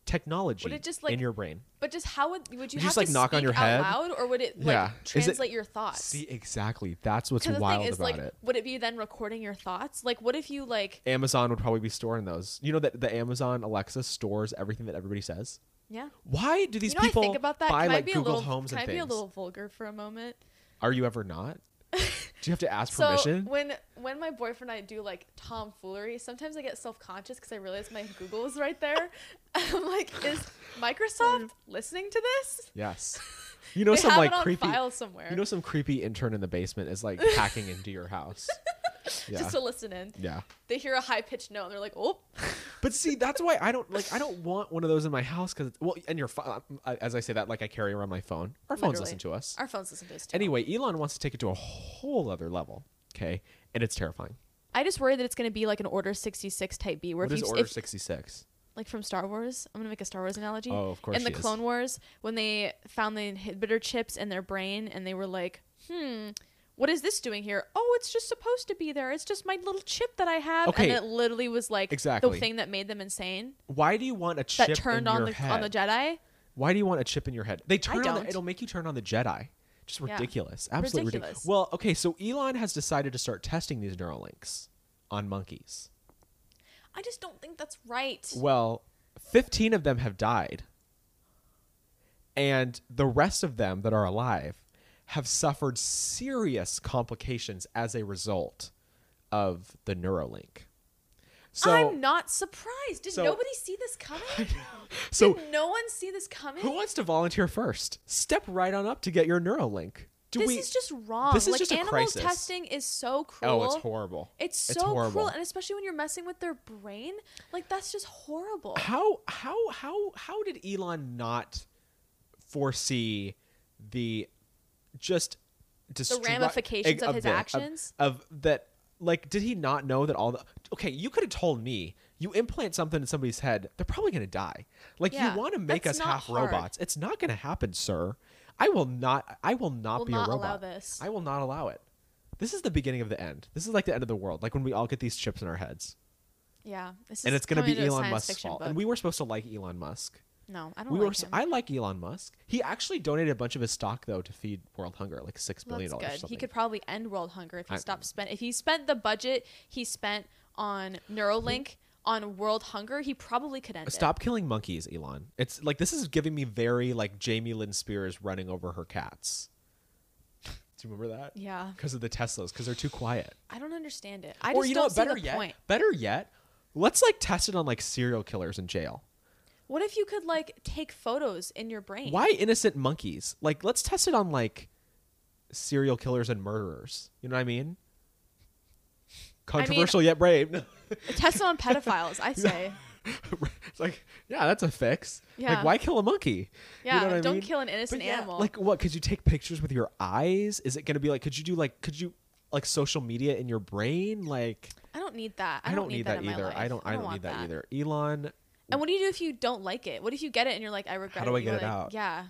[SPEAKER 1] technology
[SPEAKER 2] Would it just, like,
[SPEAKER 1] in your brain
[SPEAKER 2] But just how would would you
[SPEAKER 1] You just,
[SPEAKER 2] have to
[SPEAKER 1] like, knock on
[SPEAKER 2] speak
[SPEAKER 1] your
[SPEAKER 2] out
[SPEAKER 1] head?
[SPEAKER 2] loud, or would it like
[SPEAKER 1] Yeah. Is it-
[SPEAKER 2] translate your thoughts?
[SPEAKER 1] see exactly that's what's
[SPEAKER 2] 'Cause the
[SPEAKER 1] wild
[SPEAKER 2] thing is,
[SPEAKER 1] about
[SPEAKER 2] like,
[SPEAKER 1] it
[SPEAKER 2] would it be then recording your thoughts? Like, what if you like,
[SPEAKER 1] amazon would probably be storing those you know that the amazon alexa stores everything that everybody says
[SPEAKER 2] yeah?
[SPEAKER 1] why do these
[SPEAKER 2] you know,
[SPEAKER 1] people
[SPEAKER 2] I think about that.
[SPEAKER 1] buy
[SPEAKER 2] can I
[SPEAKER 1] like
[SPEAKER 2] be
[SPEAKER 1] google
[SPEAKER 2] a little,
[SPEAKER 1] homes
[SPEAKER 2] can
[SPEAKER 1] and
[SPEAKER 2] I be
[SPEAKER 1] things
[SPEAKER 2] a little vulgar for a moment?
[SPEAKER 1] are you ever not do you have to ask
[SPEAKER 2] So
[SPEAKER 1] permission
[SPEAKER 2] when when my boyfriend and I do like tomfoolery, sometimes I get self conscious because I realize my Google is right there. I'm like, is Microsoft listening to this?
[SPEAKER 1] yes you know
[SPEAKER 2] they
[SPEAKER 1] some
[SPEAKER 2] have
[SPEAKER 1] like
[SPEAKER 2] it on
[SPEAKER 1] creepy
[SPEAKER 2] file somewhere,
[SPEAKER 1] You know, some creepy intern in the basement is like hacking into your house. Yeah.
[SPEAKER 2] just to listen in.
[SPEAKER 1] yeah.
[SPEAKER 2] They hear a high pitched note and they're like, oh,
[SPEAKER 1] But see, that's why I don't like. I don't want one of those in my house because well, and your pho- uh, as I say that, like I carry around my phone. Our phones
[SPEAKER 2] Literally.
[SPEAKER 1] listen to us.
[SPEAKER 2] our phones listen to us. Too.
[SPEAKER 1] anyway, Elon wants to take it to a whole other level. Okay, and it's terrifying.
[SPEAKER 2] I just worry that it's going to be like an Order 66 type B, where
[SPEAKER 1] What
[SPEAKER 2] if
[SPEAKER 1] is
[SPEAKER 2] you,
[SPEAKER 1] Order
[SPEAKER 2] if-
[SPEAKER 1] sixty six?
[SPEAKER 2] like from Star Wars, I'm going to make a Star Wars analogy.
[SPEAKER 1] Oh, of course
[SPEAKER 2] In the
[SPEAKER 1] she is.
[SPEAKER 2] Clone Wars, when they found the inhibitor chips in their brain and they were like, hmm, what is this doing here? Oh, it's just supposed to be there. It's just my little chip that I have.
[SPEAKER 1] Okay.
[SPEAKER 2] And it literally was like the
[SPEAKER 1] Exactly.
[SPEAKER 2] thing that made them insane
[SPEAKER 1] Why do you want a chip
[SPEAKER 2] that turned
[SPEAKER 1] in
[SPEAKER 2] on
[SPEAKER 1] your
[SPEAKER 2] the
[SPEAKER 1] head?
[SPEAKER 2] on the Jedi.
[SPEAKER 1] Why do you want a chip in your head? They turn on
[SPEAKER 2] don't.
[SPEAKER 1] the, it'll make you turn on the Jedi. Just
[SPEAKER 2] Yeah.
[SPEAKER 1] ridiculous. Absolutely ridiculous.
[SPEAKER 2] Ridiculous.
[SPEAKER 1] Well, okay, so Elon has decided to start testing these neural links on monkeys.
[SPEAKER 2] I just don't think that's right.
[SPEAKER 1] Well, 15 of them have died. And the rest of them that are alive have suffered serious complications as a result of the Neuralink. So,
[SPEAKER 2] I'm not surprised. Did
[SPEAKER 1] so-
[SPEAKER 2] nobody see this coming?
[SPEAKER 1] so
[SPEAKER 2] Did no one see this coming?
[SPEAKER 1] who wants to volunteer first? Step right on up to get your Neuralink. Do
[SPEAKER 2] this
[SPEAKER 1] we
[SPEAKER 2] is just wrong.
[SPEAKER 1] This is
[SPEAKER 2] like
[SPEAKER 1] just a
[SPEAKER 2] animal
[SPEAKER 1] crisis.
[SPEAKER 2] testing is so cruel.
[SPEAKER 1] Oh, it's horrible.
[SPEAKER 2] It's so cruel, and especially when you're messing with their brain, like that's just horrible.
[SPEAKER 1] how how how how did Elon not foresee the just destru-
[SPEAKER 2] ramifications of his
[SPEAKER 1] the-
[SPEAKER 2] actions?
[SPEAKER 1] of that like did he not know that all the okay you could have told me you implant something in somebody's head they're probably going to die like
[SPEAKER 2] Yeah,
[SPEAKER 1] you want to make
[SPEAKER 2] that's
[SPEAKER 1] us
[SPEAKER 2] not
[SPEAKER 1] half
[SPEAKER 2] hard.
[SPEAKER 1] robots it's not going to happen sir i will not i will not
[SPEAKER 2] Will
[SPEAKER 1] be
[SPEAKER 2] not
[SPEAKER 1] a
[SPEAKER 2] allow
[SPEAKER 1] robot
[SPEAKER 2] this.
[SPEAKER 1] i will not allow it this is the beginning of the end this is like the end of the world like when we all get these chips in our heads
[SPEAKER 2] Yeah, this
[SPEAKER 1] and
[SPEAKER 2] is
[SPEAKER 1] it's going to
[SPEAKER 2] coming
[SPEAKER 1] be
[SPEAKER 2] into a
[SPEAKER 1] Elon
[SPEAKER 2] science
[SPEAKER 1] Musk's
[SPEAKER 2] fiction
[SPEAKER 1] fault.
[SPEAKER 2] book.
[SPEAKER 1] And we were supposed to like Elon Musk.
[SPEAKER 2] no, I don't
[SPEAKER 1] we
[SPEAKER 2] like
[SPEAKER 1] were. s
[SPEAKER 2] him.
[SPEAKER 1] I I like Elon Musk. He actually donated a bunch of his stock though to feed world hunger, like six
[SPEAKER 2] Well,
[SPEAKER 1] billion dollars.
[SPEAKER 2] that's
[SPEAKER 1] or
[SPEAKER 2] good. He
[SPEAKER 1] something.
[SPEAKER 2] could probably end world hunger if he
[SPEAKER 1] I-
[SPEAKER 2] stopped spend. If he spent the budget he spent on Neuralink on world hunger, he probably could end
[SPEAKER 1] Stop killing monkeys, Elon. It's like this is giving me very like Jamie Lynn Spears running over her cats. Do you remember that?
[SPEAKER 2] it. Yeah,
[SPEAKER 1] Because of the Teslas, because they're too quiet.
[SPEAKER 2] I don't understand it. I
[SPEAKER 1] or
[SPEAKER 2] just
[SPEAKER 1] you know
[SPEAKER 2] don't
[SPEAKER 1] what?
[SPEAKER 2] see
[SPEAKER 1] Better
[SPEAKER 2] the
[SPEAKER 1] yet,
[SPEAKER 2] point.
[SPEAKER 1] better yet, let's like test it on like serial killers in jail.
[SPEAKER 2] What if you could like take photos in your brain?
[SPEAKER 1] Why innocent monkeys? Like, let's test it on like serial killers and murderers. You know what I mean? Controversial yet brave. No.
[SPEAKER 2] Test it on pedophiles. I say.
[SPEAKER 1] it's like, yeah, that's a fix.
[SPEAKER 2] Yeah.
[SPEAKER 1] Like, why kill a monkey? You
[SPEAKER 2] Yeah,
[SPEAKER 1] know what I
[SPEAKER 2] don't
[SPEAKER 1] mean?
[SPEAKER 2] kill an
[SPEAKER 1] But
[SPEAKER 2] innocent
[SPEAKER 1] yeah,
[SPEAKER 2] animal.
[SPEAKER 1] Like, what? Could you take pictures with your eyes? Is it gonna be like? Could you do like? Could you like social media in your brain. Like
[SPEAKER 2] I don't need that.
[SPEAKER 1] I, don't, need that,
[SPEAKER 2] in my
[SPEAKER 1] either.
[SPEAKER 2] life.
[SPEAKER 1] I don't. I don't,
[SPEAKER 2] want
[SPEAKER 1] need that, either. Elon,
[SPEAKER 2] And what do you do if you don't like it? What if you get it and you're like, I regret
[SPEAKER 1] do
[SPEAKER 2] it?
[SPEAKER 1] I
[SPEAKER 2] and
[SPEAKER 1] get
[SPEAKER 2] you're
[SPEAKER 1] it
[SPEAKER 2] like,
[SPEAKER 1] out?
[SPEAKER 2] Yeah.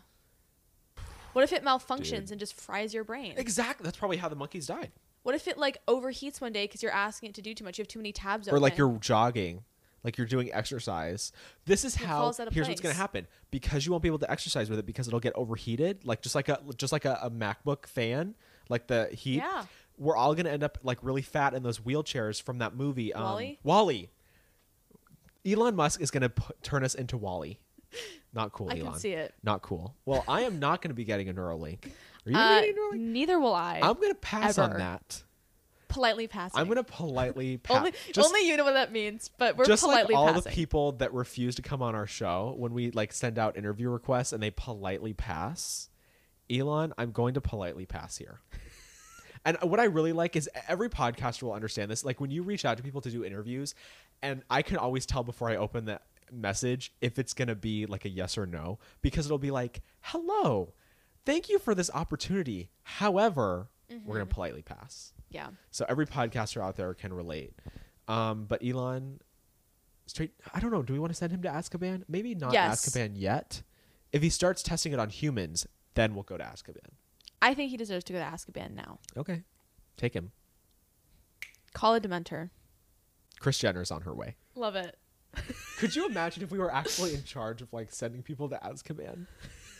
[SPEAKER 2] What if it malfunctions
[SPEAKER 1] Dude.
[SPEAKER 2] and just fries your brain?
[SPEAKER 1] exactly. That's probably how the monkeys died.
[SPEAKER 2] What if it like overheats one day because you're asking it to do too much? You have too many tabs open.
[SPEAKER 1] or like you're jogging, like you're doing exercise. This is
[SPEAKER 2] It
[SPEAKER 1] how.
[SPEAKER 2] falls out of
[SPEAKER 1] Here's what's gonna
[SPEAKER 2] place.
[SPEAKER 1] happen because you won't be able to exercise with it because it'll get overheated. Like just like a just like a, a MacBook fan, like the heat.
[SPEAKER 2] Yeah.
[SPEAKER 1] We're all gonna end up like really fat in those wheelchairs from that movie. Um,
[SPEAKER 2] Wall-E?
[SPEAKER 1] Wally. Elon Musk is gonna put, turn us into Wally. Not cool,
[SPEAKER 2] I
[SPEAKER 1] Elon.
[SPEAKER 2] can see it.
[SPEAKER 1] Not cool. Well, I am not gonna be getting a Neuralink. Are you
[SPEAKER 2] Uh,
[SPEAKER 1] getting a Neuralink?
[SPEAKER 2] neither will I.
[SPEAKER 1] I'm gonna pass
[SPEAKER 2] ever.
[SPEAKER 1] on that.
[SPEAKER 2] politely passing.
[SPEAKER 1] I'm gonna politely pass.
[SPEAKER 2] only only you know what that means, but we're
[SPEAKER 1] just
[SPEAKER 2] politely
[SPEAKER 1] like all
[SPEAKER 2] passing.
[SPEAKER 1] the people that refuse to come on our show when we like send out interview requests and they politely pass elon i'm going to politely pass here and uh, what i really like is e, every podcaster will understand this like when you reach out to people to do interviews and i can always tell before i open that message if it's going to be like a yes or no because it'll be like hello thank you for this opportunity however we're
[SPEAKER 2] Mm-hmm.
[SPEAKER 1] going to politely pass
[SPEAKER 2] yeah.
[SPEAKER 1] so every podcaster out there can relate. Um, but Elon, straight, I don't know. Do we want to send him to Azkaban? Maybe not
[SPEAKER 2] Yes.
[SPEAKER 1] Azkaban yet. If he starts testing it on humans, then we'll go to Azkaban.
[SPEAKER 2] I think he deserves to go to Azkaban now.
[SPEAKER 1] Okay, take him.
[SPEAKER 2] Call a Dementor.
[SPEAKER 1] Chris Jenner's on her way.
[SPEAKER 2] Love it.
[SPEAKER 1] Could you imagine if we were actually in charge of like sending people to Azkaban?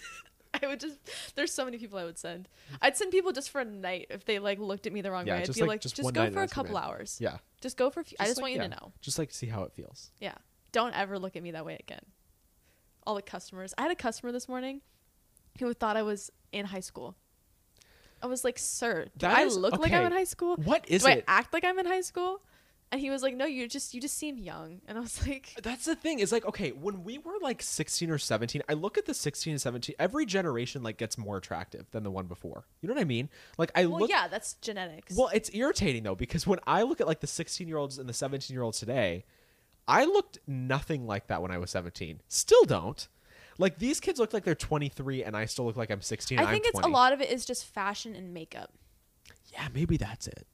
[SPEAKER 2] I would just. There's so many people I would send. I'd send people just for a night if they like looked at me the wrong
[SPEAKER 1] Yeah,
[SPEAKER 2] way. I'd
[SPEAKER 1] just
[SPEAKER 2] be
[SPEAKER 1] like-
[SPEAKER 2] like,
[SPEAKER 1] just
[SPEAKER 2] just,
[SPEAKER 1] one night
[SPEAKER 2] go
[SPEAKER 1] in
[SPEAKER 2] for a
[SPEAKER 1] Azkaban.
[SPEAKER 2] couple hours.
[SPEAKER 1] Yeah,
[SPEAKER 2] Just go for. A few, I just
[SPEAKER 1] like-
[SPEAKER 2] want you
[SPEAKER 1] yeah.
[SPEAKER 2] to know.
[SPEAKER 1] Just like to see how it feels.
[SPEAKER 2] Yeah. Don't ever look at me that way again. All the customers. I had a customer this morning who thought I was in high school. I was like, sir, do
[SPEAKER 1] That
[SPEAKER 2] I
[SPEAKER 1] is-
[SPEAKER 2] look like I'm
[SPEAKER 1] okay.
[SPEAKER 2] in high school?
[SPEAKER 1] What is
[SPEAKER 2] do
[SPEAKER 1] it?
[SPEAKER 2] I act like I'm in high school? And he was like, no, you just you just seem young. And I was like,
[SPEAKER 1] That's the thing. Is like okay, when we were like 16 or 17, I look at the 16 and 17. Every generation like gets more attractive than the one before. You know what I mean? Like I
[SPEAKER 2] well,
[SPEAKER 1] look.
[SPEAKER 2] yeah, that's genetics.
[SPEAKER 1] Well, it's irritating though because when I look at like the 16 year olds and the 17 year olds today, I looked nothing like that when I was 17. Still don't. Like these kids look like they're 23 and I still look like I'm 16. and
[SPEAKER 2] I
[SPEAKER 1] I'm
[SPEAKER 2] think it's
[SPEAKER 1] 20.
[SPEAKER 2] a lot of it is just fashion and makeup.
[SPEAKER 1] Yeah, maybe that's it.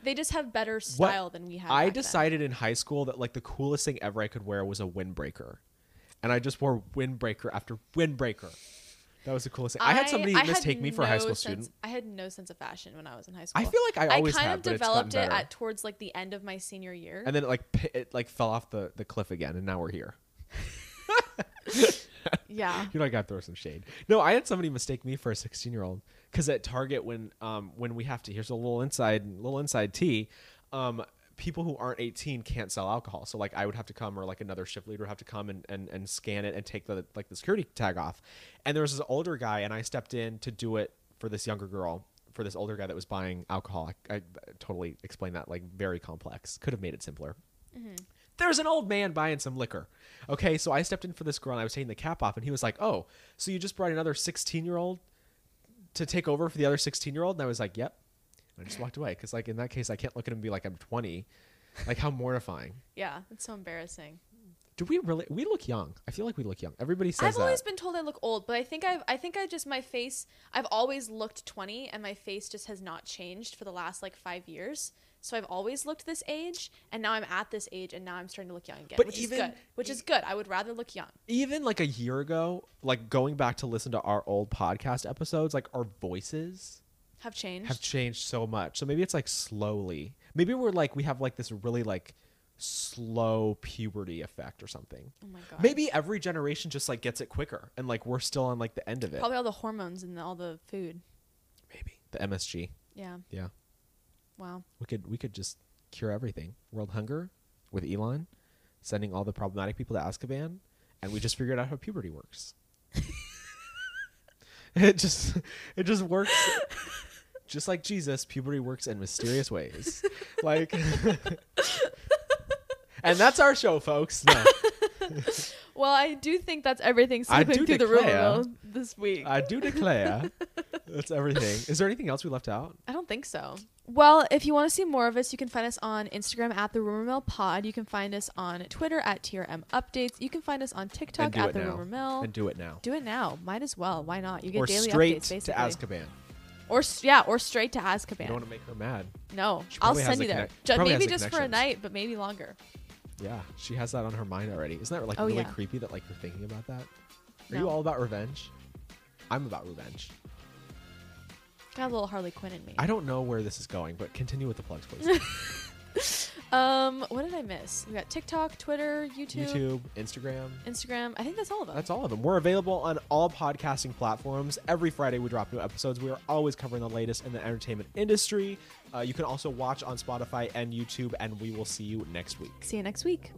[SPEAKER 2] They just have better style than we have.
[SPEAKER 1] I
[SPEAKER 2] back then.
[SPEAKER 1] decided in high school that like the coolest thing ever I could wear was a windbreaker, and I just wore windbreaker after windbreaker. That was the coolest thing. I, had somebody
[SPEAKER 2] I
[SPEAKER 1] mistake
[SPEAKER 2] had
[SPEAKER 1] me for a high
[SPEAKER 2] no
[SPEAKER 1] school
[SPEAKER 2] sense-
[SPEAKER 1] student.
[SPEAKER 2] I had no sense of fashion when I was in high school.
[SPEAKER 1] I feel like I always
[SPEAKER 2] kind
[SPEAKER 1] have,
[SPEAKER 2] of
[SPEAKER 1] but it's
[SPEAKER 2] developed
[SPEAKER 1] gotten
[SPEAKER 2] it
[SPEAKER 1] better.
[SPEAKER 2] at towards like the end of my senior year.
[SPEAKER 1] and then it like pi- it like fell off the, the cliff again, and now we're here.
[SPEAKER 2] yeah.
[SPEAKER 1] you know, I got to throw some shade. No, I had somebody mistake me for a 16 year old because at Target, when um when we have to, here's a little inside little inside tea. Um, people who aren't 18 can't sell alcohol, so like I would have to come or like another shift leader would have to come and and, and scan it and take the like the security tag off. And there was this older guy, and I stepped in to do it for this younger girl. For this older guy that was buying alcohol, I, I totally explained that like very complex. Could have made it simpler there's an old man buying some liquor. Okay, so I stepped in for this girl and I was taking the cap off, and he was like, Oh, so you just brought another 16 year old to take over for the other 16 year old? And I was like, Yep. And I just walked away because, like, in that case, I can't look at him and be like, I'm 20. Like, how mortifying.
[SPEAKER 2] Yeah. It's so embarrassing.
[SPEAKER 1] Do we really? We look young. I feel like we look young. Everybody says
[SPEAKER 2] I've
[SPEAKER 1] that.
[SPEAKER 2] always been told I look old, but I think I've I think I just my face I've always looked 20 and my face just has not changed for the last like 5 years. So I've always looked this age and now I'm at this age and now I'm starting to look young again,
[SPEAKER 1] But
[SPEAKER 2] which
[SPEAKER 1] even-
[SPEAKER 2] is good. Which is good. I would rather look young.
[SPEAKER 1] Even like a year ago, like going back to listen to our old podcast episodes, like our voices
[SPEAKER 2] Have changed.
[SPEAKER 1] have changed so much. So maybe it's like slowly. Maybe we're like we have like this really like slow puberty effect or something.
[SPEAKER 2] oh my god.
[SPEAKER 1] Maybe every generation just like gets it quicker and like we're still on like the end of it.
[SPEAKER 2] Probably all the hormones and all the food.
[SPEAKER 1] Maybe. The MSG.
[SPEAKER 2] Yeah.
[SPEAKER 1] Yeah.
[SPEAKER 2] Wow.
[SPEAKER 1] We could we could just cure everything. World hunger with Elon sending all the problematic people to Azkaban and we just figured out how puberty works. it just it just works just like Jesus, puberty works in mysterious ways. Like And that's our show, folks. No,
[SPEAKER 2] Well, I do think that's everything
[SPEAKER 1] I
[SPEAKER 2] cycling
[SPEAKER 1] do
[SPEAKER 2] through the rumor
[SPEAKER 1] declare-
[SPEAKER 2] mill this week.
[SPEAKER 1] I do declare. That's everything. Is there anything else we left out?
[SPEAKER 2] I don't think so. Well, if you want to see more of us, you can find us on Instagram at the Rumor Mill Pod. You can find us on Twitter at TRM Updates. You can find us on
[SPEAKER 1] And
[SPEAKER 2] TikTok
[SPEAKER 1] do
[SPEAKER 2] at
[SPEAKER 1] it
[SPEAKER 2] the
[SPEAKER 1] now.
[SPEAKER 2] Rumor Mill.
[SPEAKER 1] And
[SPEAKER 2] Do-,
[SPEAKER 1] do it now.
[SPEAKER 2] it now. Might as well. Why not? You get
[SPEAKER 1] or
[SPEAKER 2] daily
[SPEAKER 1] straight
[SPEAKER 2] updates basically.
[SPEAKER 1] to Azkaban.
[SPEAKER 2] Or s- yeah, or straight to Azkaban.
[SPEAKER 1] You don't want to make her mad.
[SPEAKER 2] no,
[SPEAKER 1] She
[SPEAKER 2] I'll
[SPEAKER 1] probably has
[SPEAKER 2] send
[SPEAKER 1] the
[SPEAKER 2] you there.
[SPEAKER 1] connect-
[SPEAKER 2] Ju-
[SPEAKER 1] probably has
[SPEAKER 2] maybe
[SPEAKER 1] the
[SPEAKER 2] just for a
[SPEAKER 1] connections.
[SPEAKER 2] night, but maybe longer.
[SPEAKER 1] Yeah, she has that on her mind already. Isn't that like
[SPEAKER 2] Oh,
[SPEAKER 1] really
[SPEAKER 2] yeah.
[SPEAKER 1] creepy that like you're thinking about that? Are
[SPEAKER 2] No.
[SPEAKER 1] you all about revenge? I'm about revenge.
[SPEAKER 2] Got a little Harley Quinn in me.
[SPEAKER 1] I don't know where this is going, but continue with the plugs, please.
[SPEAKER 2] um, what did I miss? We got TikTok, Twitter, YouTube,
[SPEAKER 1] YouTube, Instagram.
[SPEAKER 2] Instagram. I think that's all of them.
[SPEAKER 1] That's all of them. We're available on all podcasting platforms. Every Friday, we drop new episodes. We are always covering the latest in the entertainment industry. Uh, you can also watch on Spotify and YouTube, and we will see you next week.
[SPEAKER 2] See you next week.